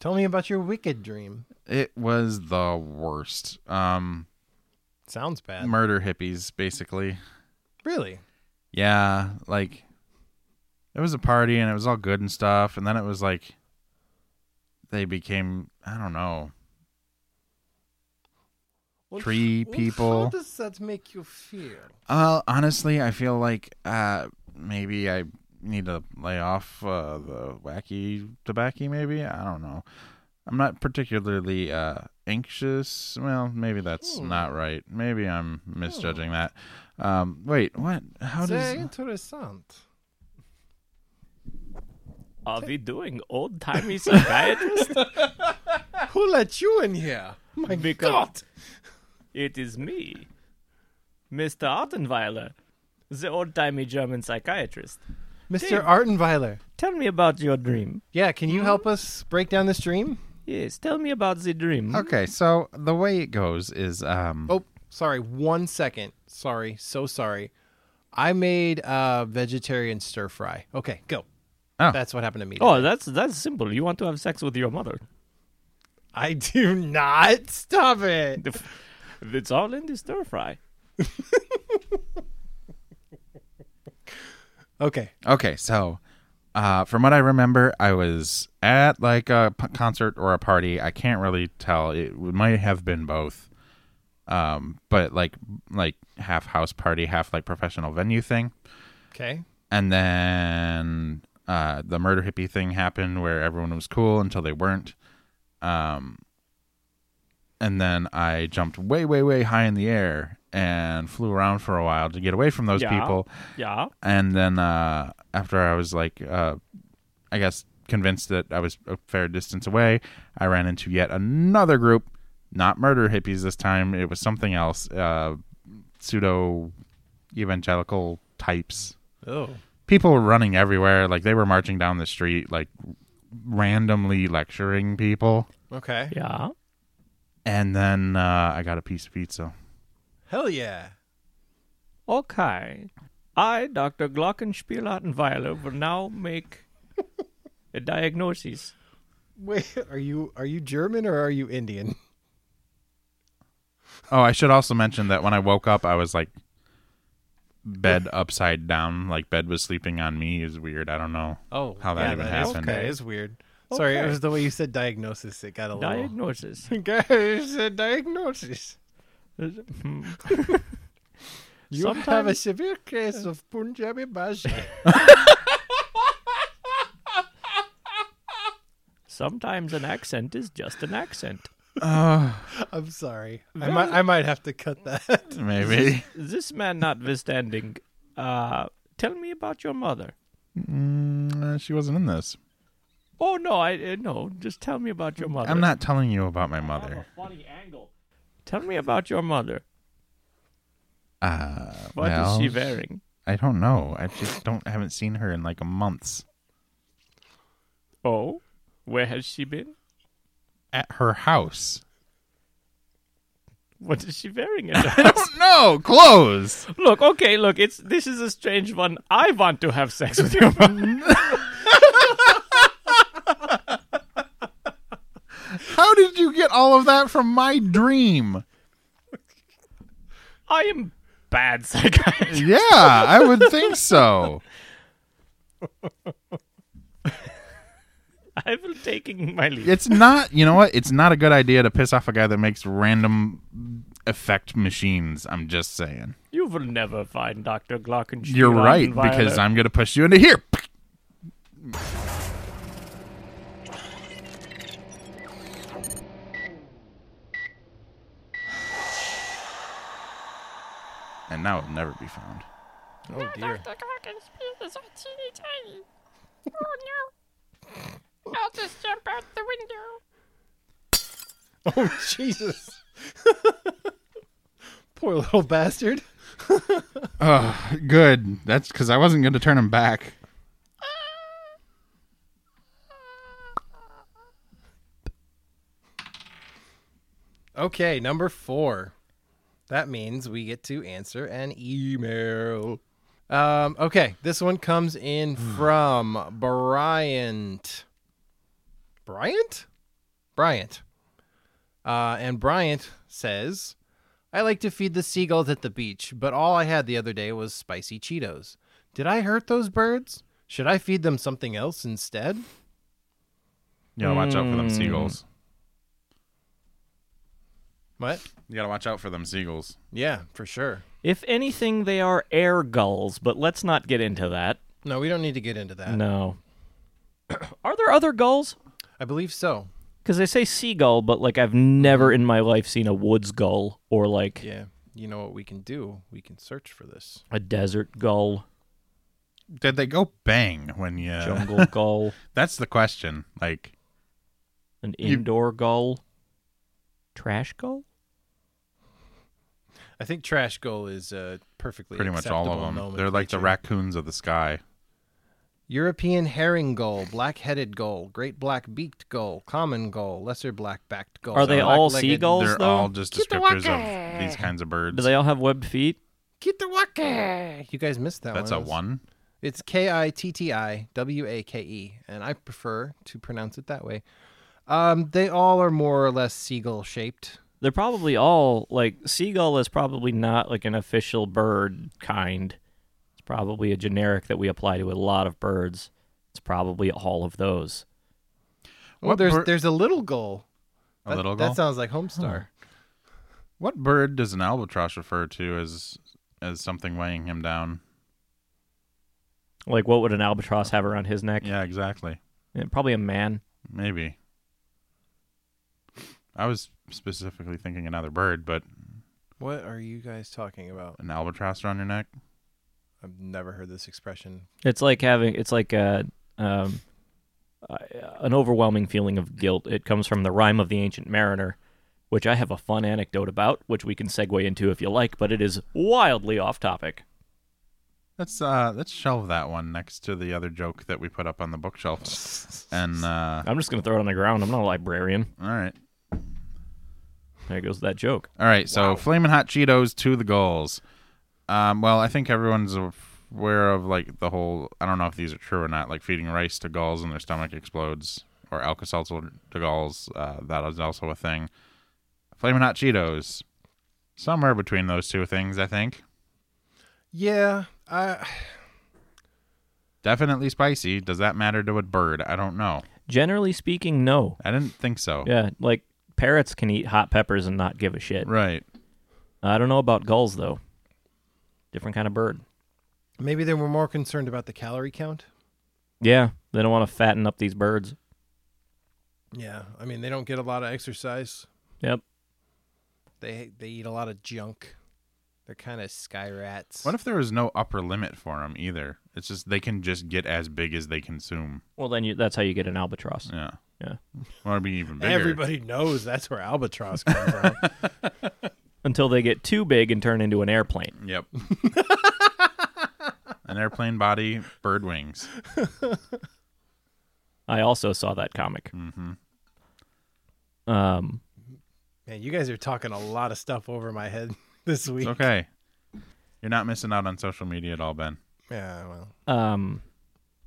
[SPEAKER 1] Tell me about your wicked dream.
[SPEAKER 2] It was the worst. Um,
[SPEAKER 1] Sounds bad.
[SPEAKER 2] murder hippies, basically.
[SPEAKER 1] really?
[SPEAKER 2] Yeah, like it was a party and it was all good and stuff, and then it was like they became I don't know. Tree
[SPEAKER 1] How
[SPEAKER 2] people.
[SPEAKER 1] does that make you feel?
[SPEAKER 2] Uh, honestly, I feel like uh, maybe I need to lay off uh, the wacky tobacco. Maybe I don't know. I'm not particularly uh, anxious. Well, maybe that's not right. Maybe I'm misjudging that. Um, wait, what? How
[SPEAKER 1] Sehr
[SPEAKER 2] does?
[SPEAKER 1] interessant.
[SPEAKER 3] Are we doing
[SPEAKER 2] (laughs)
[SPEAKER 3] old timey psychiatrist?
[SPEAKER 1] Who let you in here? My
[SPEAKER 3] Because-
[SPEAKER 1] God!
[SPEAKER 3] it is me, Mr. Ottenweiler, the old timey German psychiatrist.
[SPEAKER 1] Mr. Artenweiler.
[SPEAKER 3] Tell me about your dream.
[SPEAKER 1] Yeah, can
[SPEAKER 2] Hmm?
[SPEAKER 1] you help us break down this dream?
[SPEAKER 3] Yes, tell me about the dream.
[SPEAKER 2] Okay, so the way it goes is um.
[SPEAKER 1] Oh, sorry. One second. Sorry. So sorry. I made uh, vegetarian stir fry. Okay, go.
[SPEAKER 2] Oh.
[SPEAKER 1] That's what happened to me.
[SPEAKER 5] Oh, that's that's simple. You want to have sex with your mother?
[SPEAKER 1] I do not. Stop it.
[SPEAKER 5] It's all in the stir fry.
[SPEAKER 1] Okay.
[SPEAKER 2] Okay, so uh, from what I remember, I was at like a p- concert or a party. I can't really tell. It w- might have been both, um, but like like half house party, half like professional venue thing.
[SPEAKER 1] Okay.
[SPEAKER 2] And then uh, the murder hippie thing happened, where everyone was cool until they weren't. Um, and then I jumped way, way, way high in the air and flew around for a while to get away from those
[SPEAKER 5] Yeah.
[SPEAKER 2] people
[SPEAKER 5] Yeah.
[SPEAKER 2] and then uh, after I was like, uh, I guess convinced that I was a fair distance away, I ran into yet another group, not murder hippies this time. It was something else, uh, pseudo evangelical types.
[SPEAKER 1] Oh.
[SPEAKER 2] People were running everywhere, like they were marching down the street, like randomly lecturing people.
[SPEAKER 1] Okay.
[SPEAKER 5] Yeah.
[SPEAKER 2] And then uh, I got a piece of pizza.
[SPEAKER 1] Hell yeah.
[SPEAKER 5] Okay. I, Dr. Glockenspiel Ottenweiler, will now make a diagnosis.
[SPEAKER 1] Wait, (laughs) are you are you German or are you Indian?
[SPEAKER 2] Oh, I should also mention that when I woke up, I was like bed upside down, like bed was sleeping on me. It was weird. I don't know.
[SPEAKER 1] Oh,
[SPEAKER 2] How that even happened.
[SPEAKER 1] Okay, it's weird. Sorry, it
[SPEAKER 5] Okay.
[SPEAKER 1] was the way you said diagnosis. It got a (laughs) little.
[SPEAKER 5] Diagnosis. (laughs)
[SPEAKER 1] Diagnosis. you said diagnosis.
[SPEAKER 5] Hmm.
[SPEAKER 1] You have a
[SPEAKER 5] Sometimes-
[SPEAKER 1] severe case of Punjabi Bhaja.
[SPEAKER 5] Sometimes an accent is just an accent.
[SPEAKER 1] I'm sorry. I might I might have to cut that. (laughs)
[SPEAKER 2] Maybe.
[SPEAKER 5] This man notwithstanding, uh, tell me about your mother.
[SPEAKER 2] Mm, Uh, she wasn't in this.
[SPEAKER 5] Oh no, I uh, no. Just tell me about your mother.
[SPEAKER 2] I'm not telling you about my mother.
[SPEAKER 5] funny angle. Tell me about your mother.
[SPEAKER 2] Uh,
[SPEAKER 5] What is
[SPEAKER 2] well,
[SPEAKER 5] she wearing?
[SPEAKER 2] I don't know. I just don't haven't seen her in like a month.
[SPEAKER 5] Oh, where has she been?
[SPEAKER 2] At her house.
[SPEAKER 5] What is she wearing? (laughs) at
[SPEAKER 2] I
[SPEAKER 5] all?
[SPEAKER 2] don't know. Clothes.
[SPEAKER 5] look, okay, look. It's this is a strange one. I want to have sex with your mother.
[SPEAKER 2] How did you get all of that from my dream?
[SPEAKER 5] I am bad
[SPEAKER 2] (laughs)
[SPEAKER 5] psychiatrist.
[SPEAKER 2] Yeah, I would think so.
[SPEAKER 5] I will taking my leave.
[SPEAKER 2] It's not, you know what? It's not a good idea to piss off a guy that makes random effect machines. I'm just saying.
[SPEAKER 5] You will never find Doctor Glockenspiel.
[SPEAKER 2] You're
[SPEAKER 5] on
[SPEAKER 2] right
[SPEAKER 5] Violet.
[SPEAKER 2] because I'm going to push you into here. And now it'll never be found.
[SPEAKER 7] Oh dear.
[SPEAKER 8] Dr. Glockenspiel is all teeny tiny. Oh no. I'll just jump out the window.
[SPEAKER 1] Oh Jesus! (laughs) Poor little bastard.
[SPEAKER 2] Oh, good. That's because I wasn't going to turn him back.
[SPEAKER 1] Okay, number four. That means we get to answer an email. Um, okay, this one comes in from Bryant. Bryant? Bryant. Uh, and Bryant says, I like to feed the seagulls at the beach, but all I had the other day was spicy Cheetos. Did I hurt those birds? Should I feed them something else instead?
[SPEAKER 2] You gotta watch out for them seagulls.
[SPEAKER 1] What?
[SPEAKER 2] You gotta watch out for them seagulls.
[SPEAKER 1] Yeah, for sure.
[SPEAKER 5] If anything, they are air gulls, but let's not get into that.
[SPEAKER 1] No, we don't need to get into
[SPEAKER 2] Uh.
[SPEAKER 1] that.
[SPEAKER 5] No. (coughs) Are there other gulls?
[SPEAKER 1] I believe so.
[SPEAKER 5] Because they say seagull, but like I've never in my life seen a woods gull or like
[SPEAKER 1] Yeah. You know what we can do? We can search for this.
[SPEAKER 5] a desert gull,
[SPEAKER 2] Did they go bang when you? (laughs)
[SPEAKER 5] jungle gull,
[SPEAKER 2] That's the question. Like,
[SPEAKER 5] an
[SPEAKER 2] You-
[SPEAKER 5] indoor gull, trash gull.
[SPEAKER 1] I think trash goal is uh, perfectly
[SPEAKER 2] pretty much all of
[SPEAKER 1] acceptable
[SPEAKER 2] them. They're like
[SPEAKER 1] nomenclature.
[SPEAKER 2] the raccoons of the sky.
[SPEAKER 1] European herring gull, black-headed gull, great black-beaked gull, common gull, lesser black-backed gull.
[SPEAKER 5] Are they all
[SPEAKER 1] black-legged-
[SPEAKER 5] seagulls?
[SPEAKER 2] They're
[SPEAKER 5] though?
[SPEAKER 2] all just
[SPEAKER 8] Get the
[SPEAKER 2] descriptors
[SPEAKER 8] waka.
[SPEAKER 2] of these kinds of birds.
[SPEAKER 5] Do they all have webbed feet?
[SPEAKER 1] Get the waka. You guys missed that
[SPEAKER 2] That's a
[SPEAKER 1] one.
[SPEAKER 2] one.
[SPEAKER 1] It's K I T T I W A K E, and I prefer to pronounce it that way. Um, they all are more or less seagull shaped.
[SPEAKER 5] They're probably all like seagull is probably not like an official bird kind. It's probably a generic that we apply to a lot of birds. It's probably all of those.
[SPEAKER 1] Oh,
[SPEAKER 2] What
[SPEAKER 1] there's
[SPEAKER 2] bir-
[SPEAKER 1] there's a little gull.
[SPEAKER 2] A
[SPEAKER 1] That-
[SPEAKER 2] little gull.
[SPEAKER 1] That sounds like Homestar.
[SPEAKER 2] what bird does an albatross refer to as as something weighing him down?
[SPEAKER 5] Like what would an albatross have around his neck?
[SPEAKER 2] Yeah, exactly.
[SPEAKER 5] Yeah, probably a man.
[SPEAKER 2] Maybe. I was specifically thinking another bird, but
[SPEAKER 1] What are you guys talking about?
[SPEAKER 2] an albatross around your neck.
[SPEAKER 1] I've never heard this expression.
[SPEAKER 5] It's like having it's like a um, uh, an overwhelming feeling of guilt. It comes from the rhyme of the ancient mariner, which I have a fun anecdote about, which we can segue into if you like, but it is wildly off topic.
[SPEAKER 2] Let's uh let's shelve that one next to the other joke that we put up on the bookshelf. And uh
[SPEAKER 5] I'm just gonna throw it on the ground. I'm not a librarian.
[SPEAKER 2] all right.
[SPEAKER 5] There goes that joke.
[SPEAKER 2] All right, so flaming hot Cheetos to the goals. Um, well, I think everyone's aware of like the whole. I don't know if these are true or not. Like feeding rice to gulls and their stomach explodes, or Alka-Seltzer to gulls. Uh, that is also a thing. Flaming hot Cheetos, somewhere between those two things, I think.
[SPEAKER 1] Yeah, I
[SPEAKER 2] Definitely spicy. Does that matter to a bird? I don't know.
[SPEAKER 5] Generally speaking, no.
[SPEAKER 2] I didn't think so.
[SPEAKER 5] Yeah, like parrots can eat hot peppers and not give a shit.
[SPEAKER 2] Right.
[SPEAKER 5] I don't know about gulls though. Different kind of bird.
[SPEAKER 1] maybe they were more concerned about the calorie count.
[SPEAKER 5] Yeah, they don't want to fatten up these birds.
[SPEAKER 1] Yeah, I mean they don't get a lot of exercise.
[SPEAKER 5] Yep.
[SPEAKER 1] They they eat a lot of junk. They're kind of sky rats.
[SPEAKER 2] What if there was no upper limit for them either? It's just they can just get as big as they consume.
[SPEAKER 5] Well, then you, that's how you get an albatross.
[SPEAKER 2] Yeah.
[SPEAKER 5] Yeah.
[SPEAKER 2] Or be even bigger.
[SPEAKER 1] Everybody knows that's where albatross come
[SPEAKER 2] (laughs)
[SPEAKER 1] from.
[SPEAKER 5] Until they get too big and turn into an airplane.
[SPEAKER 2] Yep. (laughs) An airplane body, bird wings.
[SPEAKER 5] I also saw that comic.
[SPEAKER 2] hmm
[SPEAKER 5] Um,
[SPEAKER 1] Man, you guys are talking a lot of stuff over my head (laughs) this week.
[SPEAKER 2] It's okay. You're not missing out on social media at all, Ben.
[SPEAKER 1] Yeah, well,
[SPEAKER 5] um,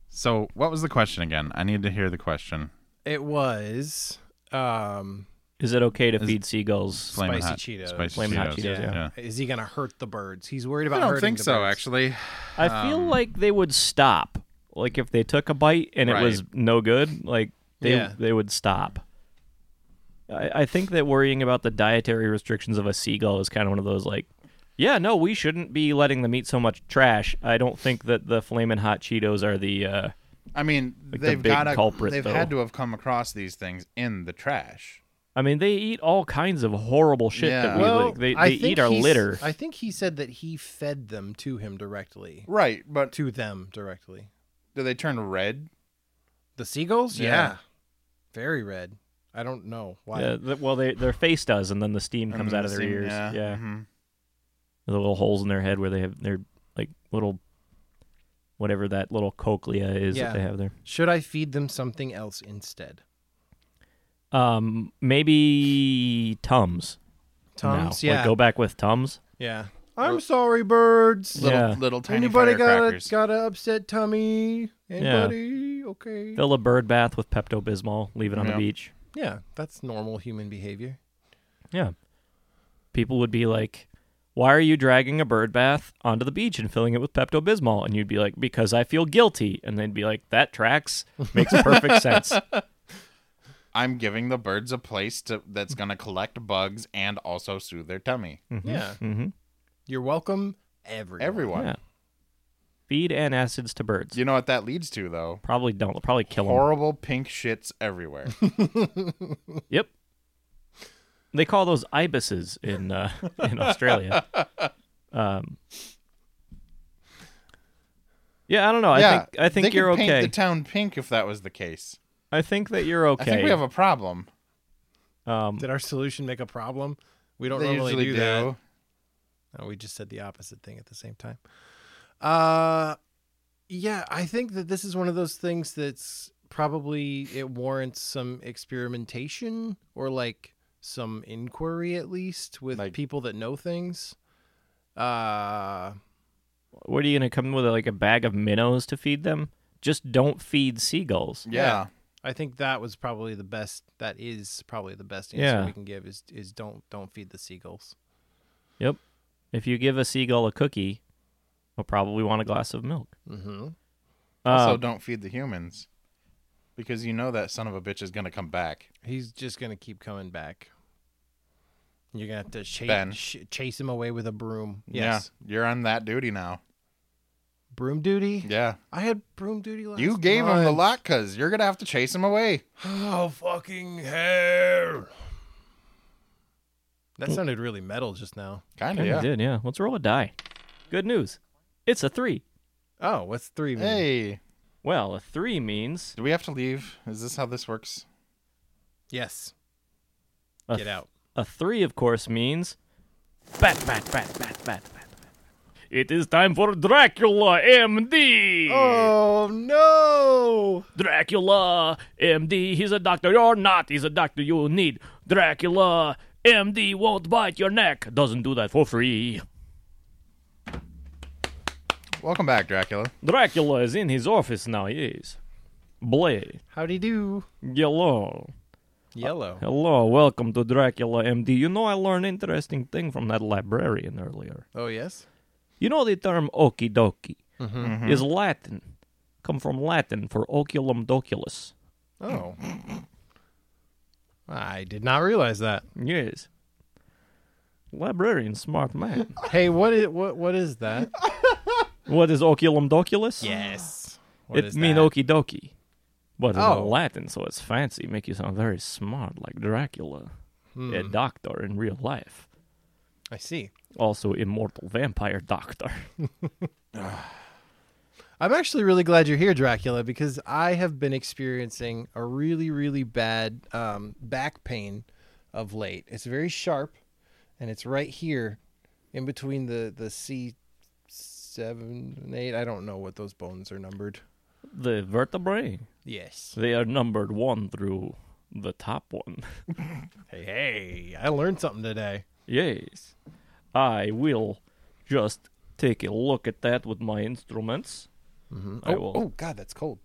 [SPEAKER 2] So, what was the question again? I need to hear the question.
[SPEAKER 1] it was um,
[SPEAKER 5] is it okay to
[SPEAKER 2] Is-
[SPEAKER 5] feed seagulls?
[SPEAKER 2] Flamin'
[SPEAKER 1] Spicy
[SPEAKER 2] hot,
[SPEAKER 1] Cheetos.
[SPEAKER 2] Spicy
[SPEAKER 5] Flamin' hot Cheetos,
[SPEAKER 2] Yeah.
[SPEAKER 1] yeah. Is he gonna hurt the birds? He's worried about.
[SPEAKER 2] I don't
[SPEAKER 1] hurting
[SPEAKER 2] think
[SPEAKER 1] the
[SPEAKER 2] so,
[SPEAKER 1] birds.
[SPEAKER 2] actually.
[SPEAKER 5] I feel
[SPEAKER 2] Um,
[SPEAKER 5] like they would stop. Like if they took a bite and
[SPEAKER 2] Right.
[SPEAKER 5] it was no good, like they
[SPEAKER 1] Yeah.
[SPEAKER 5] they would stop. I, I think that worrying about the dietary restrictions of a seagull is kind of one of those like, yeah, no, we shouldn't be letting them eat so much trash. I don't think that the flaming hot Cheetos are the. Uh,
[SPEAKER 2] I mean,
[SPEAKER 5] Like the
[SPEAKER 2] they've
[SPEAKER 5] big
[SPEAKER 2] got to.
[SPEAKER 5] culprit,
[SPEAKER 2] they've
[SPEAKER 5] though.
[SPEAKER 2] had to have come across these things in the trash.
[SPEAKER 5] I mean, they eat all kinds of horrible shit
[SPEAKER 2] Yeah.
[SPEAKER 5] that we
[SPEAKER 1] Well,
[SPEAKER 5] like. They,
[SPEAKER 1] I
[SPEAKER 5] they
[SPEAKER 1] think
[SPEAKER 5] eat our
[SPEAKER 1] he's-
[SPEAKER 5] litter.
[SPEAKER 1] I think he said that he fed them to him directly,
[SPEAKER 2] Right, but
[SPEAKER 1] to them directly.
[SPEAKER 2] do they turn red?
[SPEAKER 1] The seagulls,
[SPEAKER 2] Yeah.
[SPEAKER 1] yeah, very red. I don't know why.
[SPEAKER 5] Yeah, th- well, they, their face does, and then the steam comes out of their ears.
[SPEAKER 2] Yeah. Mm-hmm.
[SPEAKER 5] Yeah. the little holes in their head where they have their like little whatever that little cochlea is
[SPEAKER 1] Yeah.
[SPEAKER 5] that they have there.
[SPEAKER 1] Should I feed them something else instead?
[SPEAKER 5] Um, maybe tums. now.
[SPEAKER 1] Tums,
[SPEAKER 5] Like,
[SPEAKER 1] yeah,
[SPEAKER 5] go back with tums.
[SPEAKER 1] yeah. I'm sorry, birds.
[SPEAKER 2] Little,
[SPEAKER 5] (laughs)
[SPEAKER 2] (laughs)
[SPEAKER 5] Yeah.
[SPEAKER 2] little tiny
[SPEAKER 1] Anybody got a,
[SPEAKER 2] firecrackers.
[SPEAKER 1] got a upset tummy? Anybody? Okay.
[SPEAKER 5] Fill a bird bath with Pepto Bismol. Leave it on
[SPEAKER 2] Yeah.
[SPEAKER 5] the beach.
[SPEAKER 1] Yeah, that's normal human behavior.
[SPEAKER 5] Yeah. People would be like, "Why are you dragging a bird bath onto the beach and filling it with Pepto Bismol?" And you'd be like, "Because I feel guilty." And they'd be like, "That tracks. Makes perfect sense."
[SPEAKER 2] I'm giving the birds a place to, that's going to collect bugs and also soothe their tummy.
[SPEAKER 1] Yeah,
[SPEAKER 5] Mm-hmm.
[SPEAKER 1] you're welcome, everyone.
[SPEAKER 2] Everyone.
[SPEAKER 5] Yeah. Feed antacids to birds.
[SPEAKER 2] You know what that leads to, though?
[SPEAKER 5] Probably don't. They'll probably kill them.
[SPEAKER 2] Horrible pink shits everywhere.
[SPEAKER 5] Yep. They call those ibises in uh, (laughs) in Australia. Um, yeah, I don't know. (laughs) I
[SPEAKER 2] yeah,
[SPEAKER 5] think I
[SPEAKER 2] they
[SPEAKER 5] think
[SPEAKER 2] could
[SPEAKER 5] you're
[SPEAKER 2] paint
[SPEAKER 5] okay.
[SPEAKER 2] the town pink if that was the case.
[SPEAKER 5] I think that you're okay.
[SPEAKER 2] I think we have a problem.
[SPEAKER 5] um,
[SPEAKER 1] Did our solution make a problem? We don't
[SPEAKER 2] they
[SPEAKER 1] normally
[SPEAKER 2] usually
[SPEAKER 1] do, that. No, Oh, we just said the opposite thing at the same time. Uh, yeah, I think that this is one of those things that's probably it warrants some experimentation or like some inquiry at least with
[SPEAKER 2] Like-
[SPEAKER 1] people that know things. Uh,
[SPEAKER 5] what are you gonna come with like a bag of minnows to feed them? Just don't feed seagulls.
[SPEAKER 2] Yeah.
[SPEAKER 1] I think that was probably the best. That is probably the best answer
[SPEAKER 5] Yeah.
[SPEAKER 1] we can give is is don't don't feed the seagulls.
[SPEAKER 5] If you give a seagull a cookie, he'll probably want a glass of milk.
[SPEAKER 1] Mm-hmm.
[SPEAKER 2] Also,
[SPEAKER 5] Uh,
[SPEAKER 2] don't feed the humans because you know that son of a bitch is going to come back.
[SPEAKER 1] He's just gonna keep coming back. You're gonna have to
[SPEAKER 2] Ben.
[SPEAKER 1] chase sh- chase him away with a broom. Yes,
[SPEAKER 2] Yeah. You're on that duty now.
[SPEAKER 1] broom duty.
[SPEAKER 2] Yeah.
[SPEAKER 1] I had broom duty last.
[SPEAKER 2] you gave him the
[SPEAKER 1] month.
[SPEAKER 2] lot because you're going to have to chase him away.
[SPEAKER 1] (sighs) Oh fucking hell! That sounded really metal just now.
[SPEAKER 2] Kind of,
[SPEAKER 5] kinda
[SPEAKER 2] yeah.
[SPEAKER 5] did yeah. Let's roll a die. Good news. It's a three.
[SPEAKER 1] Oh, what's three? mean?
[SPEAKER 2] Hey,
[SPEAKER 5] Well, a three means
[SPEAKER 2] do we have to leave? Is this how this works?
[SPEAKER 1] Yes,
[SPEAKER 5] a
[SPEAKER 1] get out.
[SPEAKER 5] A three, of course, means bat, bat, bat, bat, bat, bat. It is time for Dracula MD.
[SPEAKER 1] Oh no!
[SPEAKER 5] Dracula MD. He's a doctor. You're not. He's a doctor you need. Dracula MD won't bite your neck. Doesn't do that for free.
[SPEAKER 2] Welcome back, Dracula.
[SPEAKER 5] Dracula is in his office now. Yes. Blay.
[SPEAKER 1] Howdy do.
[SPEAKER 5] Hello.
[SPEAKER 1] Yellow.
[SPEAKER 5] Hello. Welcome to Dracula MD. You know I learned interesting thing from that librarian earlier.
[SPEAKER 1] Oh yes.
[SPEAKER 5] You know the term okie dokie
[SPEAKER 1] Mm-hmm.
[SPEAKER 5] is Latin, come from Latin for oculum doculus.
[SPEAKER 1] Oh. I did not realize that.
[SPEAKER 5] Yes. Librarian,
[SPEAKER 1] (laughs)
[SPEAKER 5] smart man.
[SPEAKER 1] Hey, what is what what is that?
[SPEAKER 5] what is oculum doculus?
[SPEAKER 1] Yes. Ah. What
[SPEAKER 5] it
[SPEAKER 1] is
[SPEAKER 5] mean
[SPEAKER 1] that?
[SPEAKER 5] okie dokie, but
[SPEAKER 1] Oh.
[SPEAKER 5] in Latin, so it's fancy,
[SPEAKER 1] Hmm.
[SPEAKER 5] make you sound very smart, like Dracula, a doctor in real life.
[SPEAKER 1] I see.
[SPEAKER 5] Also, immortal vampire doctor. (laughs)
[SPEAKER 1] I'm actually really glad you're here, Dracula, because I have been experiencing a really, really bad um, back pain of late. It's very sharp, and it's right here, in between the the C seven and eight. I don't know what those bones are numbered.
[SPEAKER 5] The vertebrae.
[SPEAKER 1] Yes.
[SPEAKER 5] They are numbered one through the top one. (laughs)
[SPEAKER 1] Hey, hey, I learned something today.
[SPEAKER 5] Yes. I will just take a look at that with my instruments. Mm-hmm. I
[SPEAKER 1] Oh,
[SPEAKER 5] will.
[SPEAKER 1] oh, God, that's cold.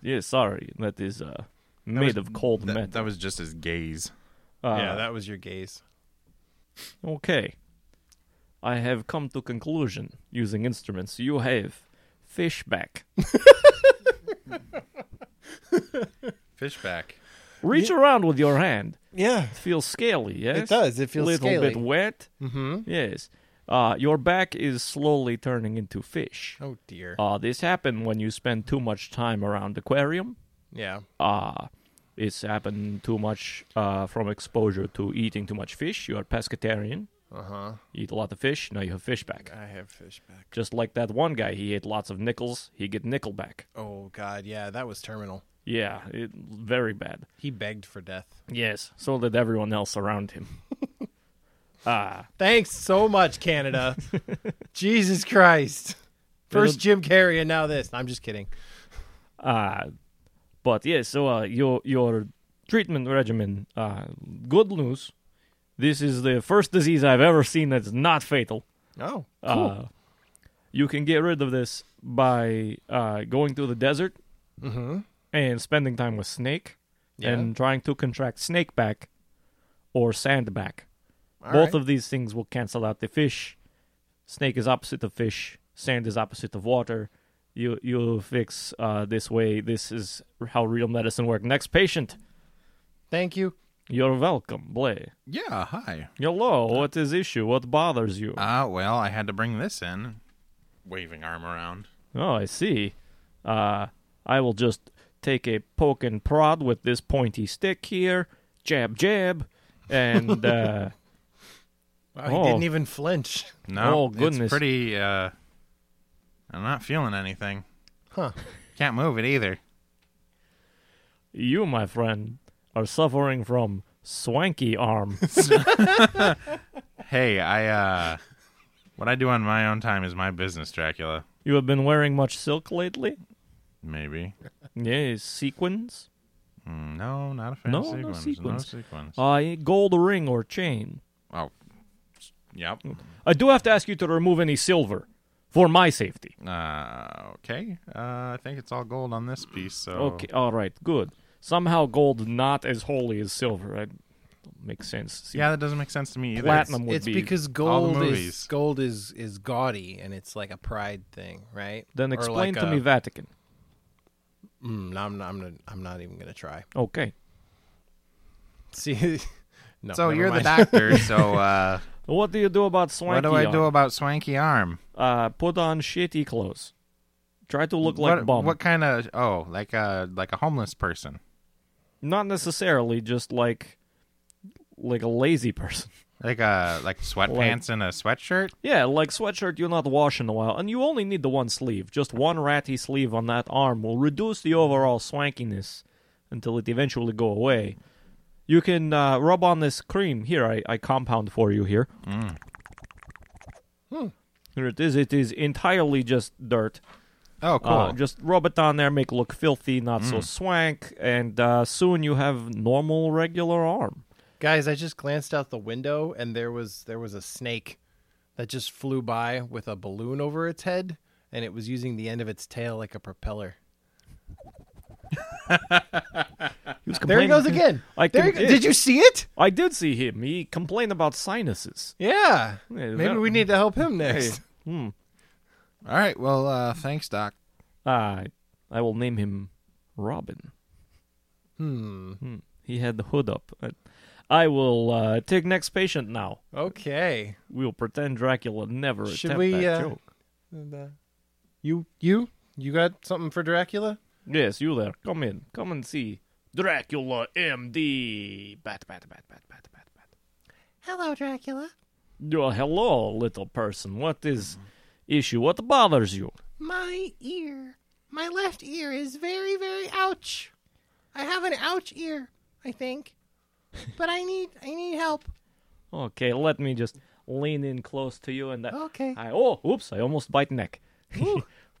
[SPEAKER 5] Yeah, sorry. That is uh, made
[SPEAKER 2] was-
[SPEAKER 5] of cold metal.
[SPEAKER 2] That, that was just his gaze.
[SPEAKER 5] Uh,
[SPEAKER 1] yeah, that was your gaze.
[SPEAKER 5] Okay. I have come to conclusion using instruments. You have
[SPEAKER 1] (laughs)
[SPEAKER 5] fishback.
[SPEAKER 2] Fishback.
[SPEAKER 5] Reach around with your hand.
[SPEAKER 1] Yeah.
[SPEAKER 5] It feels scaly, yes?
[SPEAKER 1] does. It feels
[SPEAKER 5] little bit
[SPEAKER 1] scaly.
[SPEAKER 5] wet. Mm-hmm. Yes. Uh, your back is slowly turning into fish.
[SPEAKER 1] Oh dear.
[SPEAKER 5] Uh, this happened when you spend too much time around aquarium.
[SPEAKER 1] Yeah.
[SPEAKER 5] Uh, it's happened too much uh, from exposure to eating too much fish. You are pescatarian.
[SPEAKER 1] Uh huh.
[SPEAKER 5] Eat a lot of fish. Now you have fish back.
[SPEAKER 1] I have fish back.
[SPEAKER 5] Just like that one guy, he ate lots of nickels. He get nickel back.
[SPEAKER 1] Oh God, yeah, that was terminal.
[SPEAKER 5] Yeah, it, very bad.
[SPEAKER 1] He begged for death.
[SPEAKER 5] Yes, so did everyone else around him. Ah,
[SPEAKER 1] Thanks so much, Canada. Jesus Christ. First Jim Carrey and now this. I'm just kidding.
[SPEAKER 5] ah, but yeah. So uh, your your treatment regimen. Uh, good news. This is the first disease I've ever seen that's not fatal.
[SPEAKER 1] Oh, cool.
[SPEAKER 5] Uh, you can get rid of this by uh, going to the desert and spending time with snake
[SPEAKER 1] Mm-hmm. Yeah.
[SPEAKER 5] and trying to contract snake back or sand back.
[SPEAKER 1] All
[SPEAKER 5] Both
[SPEAKER 1] right.
[SPEAKER 5] of these things will cancel out the fish. Snake is opposite of fish. Sand is opposite of water. You you fix uh, this way. This is how real medicine works. Next patient.
[SPEAKER 1] Thank you.
[SPEAKER 5] You're welcome, Blay.
[SPEAKER 2] Yeah, hi.
[SPEAKER 5] Hello. What is issue? What bothers you?
[SPEAKER 2] Uh, well, I had to bring this in. Waving arm around.
[SPEAKER 5] Oh, I see. Uh, I will just take a poke and prod with this pointy stick here, jab, jab, and uh,
[SPEAKER 1] Wow, he
[SPEAKER 5] Oh.
[SPEAKER 1] didn't even flinch.
[SPEAKER 2] No,
[SPEAKER 5] Oh, goodness.
[SPEAKER 2] It's pretty. Uh, I'm not feeling anything.
[SPEAKER 1] Huh.
[SPEAKER 2] Can't move it either.
[SPEAKER 5] oh, you, my friend, are suffering from
[SPEAKER 1] (laughs)
[SPEAKER 5] swanky arm.
[SPEAKER 2] Hey, I. uh... What I do on my own time is my business, Dracula.
[SPEAKER 5] you have been wearing much silk lately?
[SPEAKER 2] Maybe.
[SPEAKER 5] Yes, sequins.
[SPEAKER 2] Mm, No, not a fan
[SPEAKER 5] No,
[SPEAKER 2] of
[SPEAKER 5] no
[SPEAKER 2] sequins.
[SPEAKER 5] sequins.
[SPEAKER 2] No sequins.
[SPEAKER 5] Uh, gold ring or chain.
[SPEAKER 2] oh. Yep.
[SPEAKER 5] I do have to ask you to remove any silver for my safety.
[SPEAKER 2] Uh, okay. Uh, I think it's all gold on this piece. So
[SPEAKER 5] Okay, all right, good. Somehow gold not as holy as silver. That makes sense.
[SPEAKER 2] Yeah, that doesn't make sense to me either.
[SPEAKER 5] platinum would
[SPEAKER 1] It's
[SPEAKER 5] be
[SPEAKER 1] because
[SPEAKER 2] all
[SPEAKER 1] gold
[SPEAKER 2] the
[SPEAKER 1] is
[SPEAKER 2] movies.
[SPEAKER 1] gold is is gaudy and it's like a pride thing, right?
[SPEAKER 5] Then
[SPEAKER 1] Or
[SPEAKER 5] explain
[SPEAKER 1] like
[SPEAKER 5] to
[SPEAKER 1] a-
[SPEAKER 5] me Vatican.
[SPEAKER 1] Mm, no, I'm not, I'm not, I'm not even gonna try.
[SPEAKER 5] Okay.
[SPEAKER 1] (laughs) See, no.
[SPEAKER 2] So
[SPEAKER 1] never
[SPEAKER 2] you're the
[SPEAKER 1] mind.
[SPEAKER 5] (laughs)
[SPEAKER 2] doctor. So uh,
[SPEAKER 5] What do you do about swanky?
[SPEAKER 2] what do I do
[SPEAKER 5] arm?
[SPEAKER 2] about swanky arm?
[SPEAKER 5] Uh, put on shitty clothes. Try to look like
[SPEAKER 2] what,
[SPEAKER 5] bum.
[SPEAKER 2] What kind of? Oh, like a like a homeless person.
[SPEAKER 5] Not necessarily just like like a lazy person.
[SPEAKER 2] Like a like sweatpants and a sweatshirt.
[SPEAKER 5] Yeah, like sweatshirt you not wash in a while, and you only need the one sleeve. Just one ratty sleeve on that arm will reduce the overall swankiness until it eventually go away. You can uh, rub on this cream here. I, I compound for you here. Hmm. Here it is. It is entirely just dirt.
[SPEAKER 2] Oh, cool.
[SPEAKER 5] Uh, just rub it on there, make it look filthy, not so swank, and uh, soon you have normal, regular arm.
[SPEAKER 1] Guys, I just glanced out the window and there was there was a snake that just flew by with a balloon over its head and it was using the end of its tail like a propeller.
[SPEAKER 5] He was
[SPEAKER 1] There he
[SPEAKER 5] complaining-
[SPEAKER 1] goes (laughs) again.
[SPEAKER 5] I
[SPEAKER 1] there he
[SPEAKER 5] can-
[SPEAKER 1] go- Did you see it?
[SPEAKER 5] I did see him. He complained about sinuses.
[SPEAKER 1] Yeah. hmm.
[SPEAKER 5] Yeah,
[SPEAKER 1] Maybe
[SPEAKER 5] that-
[SPEAKER 1] we need to help him next.
[SPEAKER 2] all right. Well, uh, thanks, doc.
[SPEAKER 5] Uh, I will name him Robin.
[SPEAKER 1] Hmm.
[SPEAKER 5] He had the hood up. I, I will uh, take next patient now.
[SPEAKER 1] Okay.
[SPEAKER 5] We'll pretend Dracula never
[SPEAKER 1] Should
[SPEAKER 5] attempt
[SPEAKER 1] we,
[SPEAKER 5] that
[SPEAKER 1] uh,
[SPEAKER 5] joke.
[SPEAKER 1] And, uh, you you you got something for Dracula? (laughs)
[SPEAKER 5] Yes, you there. Come in. Come and see. Dracula MD. Bat, bat, bat, bat, bat, bat, bat.
[SPEAKER 1] Hello, Dracula.
[SPEAKER 5] Uh, hello, little person. What is issue? What bothers you?
[SPEAKER 9] My ear. My left ear is very, very ouch. I have an ouch ear,
[SPEAKER 5] (laughs)
[SPEAKER 9] I think. But I need I need help.
[SPEAKER 5] Okay, let me just lean in close to you and that.
[SPEAKER 9] Okay.
[SPEAKER 5] I oh, oops! I almost bite neck. (laughs)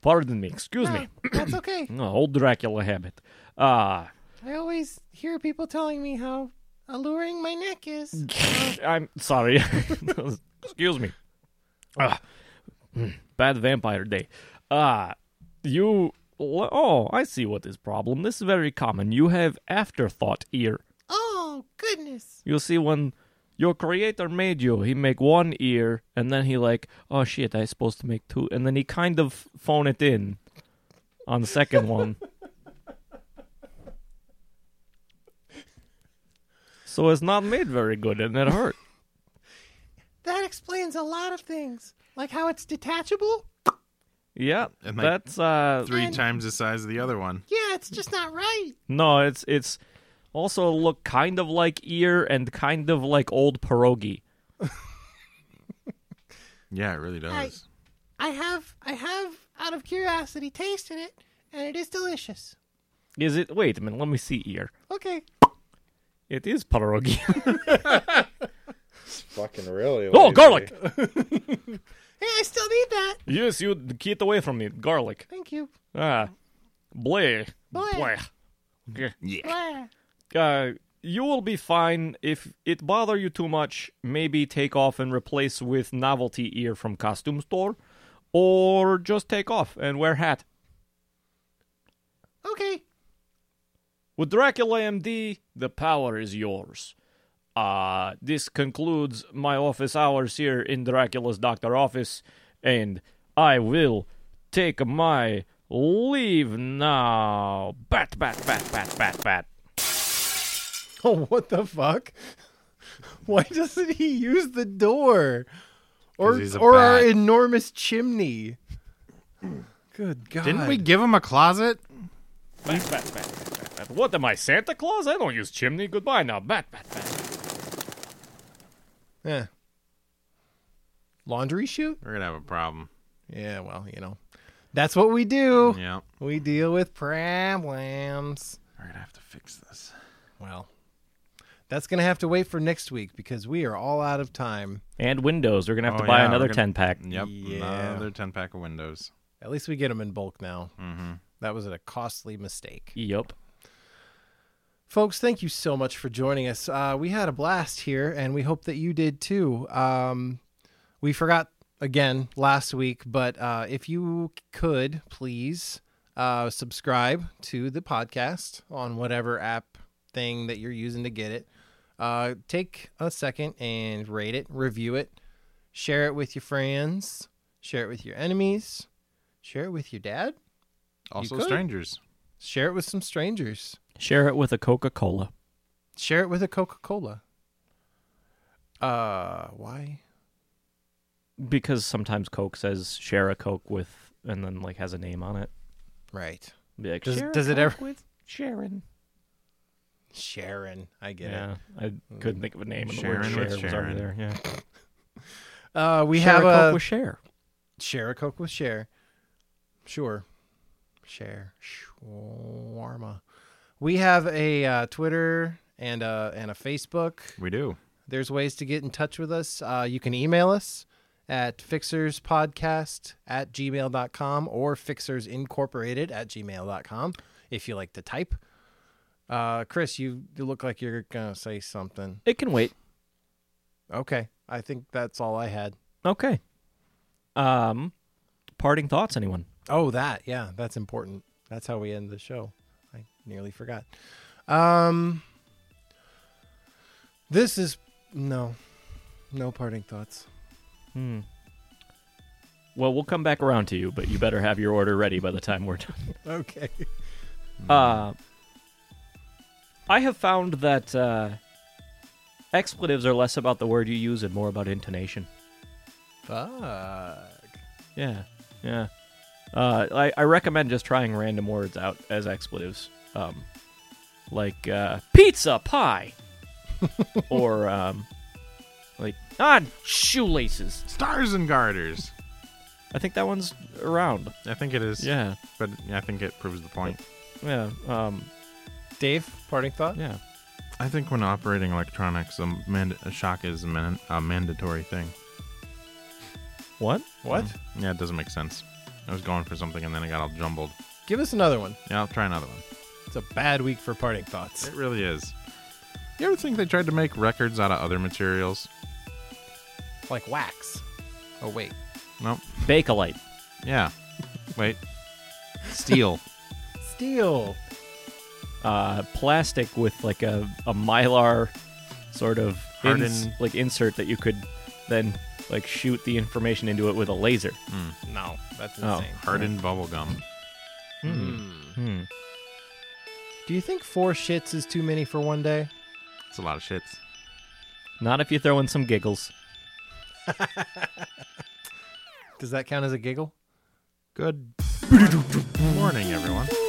[SPEAKER 5] Pardon me. Excuse me.
[SPEAKER 9] Ah, That's okay.
[SPEAKER 5] No, (clears throat) old Dracula habit. Ah,
[SPEAKER 9] I always hear people telling me how alluring my neck
[SPEAKER 1] Mm.
[SPEAKER 9] is.
[SPEAKER 5] I'm sorry. (laughs) Excuse me. Ah, hmm, bad vampire day. Ah, you. Oh, I see what is problem. This is very common. You have afterthought ear.
[SPEAKER 9] Oh, goodness.
[SPEAKER 5] You see, when your creator made you, he make one ear, and then he like, oh shit, I supposed to make two, and then he kind of phone it in on the second one. So it's not made very good, and it hurt.
[SPEAKER 9] That explains a lot of things, like how it's detachable.
[SPEAKER 5] Yeah,
[SPEAKER 2] And, like,
[SPEAKER 5] that's uh,
[SPEAKER 2] Three times the size of the other one.
[SPEAKER 9] Yeah, it's just not right.
[SPEAKER 5] no, it's it's also look kind of like ear and kind of like old pierogi.
[SPEAKER 2] Yeah, it really does.
[SPEAKER 9] I have I have out of curiosity tasted it and it is delicious.
[SPEAKER 5] Is it? Wait a minute, let me see ear.
[SPEAKER 9] Okay.
[SPEAKER 5] It is pierogi. (laughs)
[SPEAKER 10] Fucking really.
[SPEAKER 5] oh, garlic.
[SPEAKER 9] Hey, I still need that.
[SPEAKER 5] Yes, you get away from me, garlic.
[SPEAKER 9] Thank you.
[SPEAKER 5] Ah, bleh,
[SPEAKER 9] Bleh.
[SPEAKER 5] bleh.
[SPEAKER 9] Blah.
[SPEAKER 5] Uh, you will be fine if it bother you too much. Maybe take off and replace with novelty ear from costume store, or just take off and wear hat.
[SPEAKER 9] Okay.
[SPEAKER 5] With Dracula MD, the power is yours. Uh, this concludes my office hours here in Dracula's doctor office, and I will take my leave now. Bat, bat, bat, bat, bat, bat.
[SPEAKER 9] Oh, what
[SPEAKER 1] (laughs)
[SPEAKER 9] the fuck? Why doesn't he use the door? Or
[SPEAKER 2] 'Cause he's a
[SPEAKER 9] or our
[SPEAKER 2] bat.
[SPEAKER 9] enormous chimney? Good God!
[SPEAKER 2] Didn't we give him a closet?
[SPEAKER 5] Bat, bat, bat, bat, bat, bat. What am I, Santa Claus? I don't use chimney. Goodbye now. Bat, bat, bat.
[SPEAKER 9] Eh. Laundry chute?
[SPEAKER 2] We're gonna have a problem.
[SPEAKER 9] Yeah. Well, you know, that's what we do.
[SPEAKER 2] Yeah,
[SPEAKER 9] We deal with problems.
[SPEAKER 2] we're gonna have to fix this.
[SPEAKER 9] Well, that's gonna have to wait for next week because we are all out of time.
[SPEAKER 5] And windows. We're going to have
[SPEAKER 2] Oh,
[SPEAKER 5] to buy
[SPEAKER 2] yeah,
[SPEAKER 5] another
[SPEAKER 2] we're gonna-
[SPEAKER 5] 10 pack.
[SPEAKER 2] Yep,
[SPEAKER 9] Yeah.
[SPEAKER 2] another ten pack of windows.
[SPEAKER 9] At least we get them in bulk now.
[SPEAKER 2] Mm-hmm.
[SPEAKER 9] That was a costly mistake.
[SPEAKER 5] Yup.
[SPEAKER 9] Folks, thank you so much for joining us. Uh, we had a blast here, and we hope that you did too. Um, we forgot again last week, but uh, if you could please uh, subscribe to the podcast on whatever app thing that you're using to get it, uh, take a second and rate it, review it, share it with your friends, share it with your enemies, share it with your dad,
[SPEAKER 2] Also,
[SPEAKER 9] could.
[SPEAKER 2] strangers.
[SPEAKER 9] share it with some strangers.
[SPEAKER 5] Share it with a Coca Cola.
[SPEAKER 9] Share it with a Coca Cola. Uh, why?
[SPEAKER 5] Because sometimes Coke says share a Coke with, and then like has a name on it.
[SPEAKER 9] Right.
[SPEAKER 5] Be like,
[SPEAKER 9] Does,
[SPEAKER 5] "Share a
[SPEAKER 9] does it
[SPEAKER 5] Coke
[SPEAKER 9] ever?
[SPEAKER 5] with Sharon?
[SPEAKER 9] Sharon, I get
[SPEAKER 5] Yeah, I
[SPEAKER 9] Mm.
[SPEAKER 5] couldn't think of a name. and the word
[SPEAKER 2] Sharon with
[SPEAKER 5] was
[SPEAKER 2] Sharon.
[SPEAKER 5] already there. Yeah,
[SPEAKER 9] it. Uh, we
[SPEAKER 5] share
[SPEAKER 9] have
[SPEAKER 5] a Coke
[SPEAKER 9] a
[SPEAKER 5] with share.
[SPEAKER 9] share a Coke with share. Sure. Share shawarma. We have a uh, Twitter and a and a Facebook.
[SPEAKER 2] We do.
[SPEAKER 9] There's ways to get in touch with us. Uh, you can email us at fixerspodcast at gmail.com or fixersincorporated at gmail.com if you like to type. Uh, Chris, you, you look like you're going to say something.
[SPEAKER 5] It can wait.
[SPEAKER 9] Okay. I think that's all I had.
[SPEAKER 5] Okay. Um, parting thoughts, anyone?
[SPEAKER 9] Oh, that. Yeah, that's important. That's how we end the show. I nearly forgot. Um, this is no, no parting thoughts.
[SPEAKER 5] Hmm. Well, we'll come back around to you, but you better have your order ready by the time we're done.
[SPEAKER 9] Okay.
[SPEAKER 5] Uh, I have found that uh, expletives are less about the word you use and more about intonation.
[SPEAKER 9] Fuck.
[SPEAKER 5] Yeah, yeah. Uh, I, I recommend just trying random words out as expletives, um, like uh, pizza pie, or um, Like, ah, shoelaces.
[SPEAKER 2] Stars and Garters.
[SPEAKER 5] I think that one's around.
[SPEAKER 2] I think it is.
[SPEAKER 5] Yeah,
[SPEAKER 2] But I think it proves the point.
[SPEAKER 5] yeah, um,
[SPEAKER 9] Dave, parting thought?
[SPEAKER 5] yeah.
[SPEAKER 2] I think when operating electronics, a, mand- a shock is a, man- a mandatory thing.
[SPEAKER 5] What?
[SPEAKER 9] What?
[SPEAKER 2] Yeah, it doesn't make sense. I was going for something and then I got all jumbled.
[SPEAKER 9] Give us another one.
[SPEAKER 2] Yeah, I'll try another one.
[SPEAKER 9] It's a bad week for parting thoughts.
[SPEAKER 2] It really is. You ever think they tried to make records out of other materials?
[SPEAKER 9] Like wax. Oh, wait.
[SPEAKER 2] Nope.
[SPEAKER 5] Bakelite.
[SPEAKER 2] Yeah. Wait. Steel.
[SPEAKER 9] Steel.
[SPEAKER 5] Uh, plastic with like a, a mylar sort of ins-
[SPEAKER 2] Hardened.
[SPEAKER 5] like insert that you could then like shoot the information into it with a laser.
[SPEAKER 9] No, that's
[SPEAKER 5] Oh.
[SPEAKER 9] insane.
[SPEAKER 2] Hardened bubble gum.
[SPEAKER 9] Do you think four shits is too many for one day?
[SPEAKER 2] It's a lot of shits.
[SPEAKER 5] Not if you throw in some giggles.
[SPEAKER 9] Does that count as a giggle?
[SPEAKER 2] Good morning, everyone.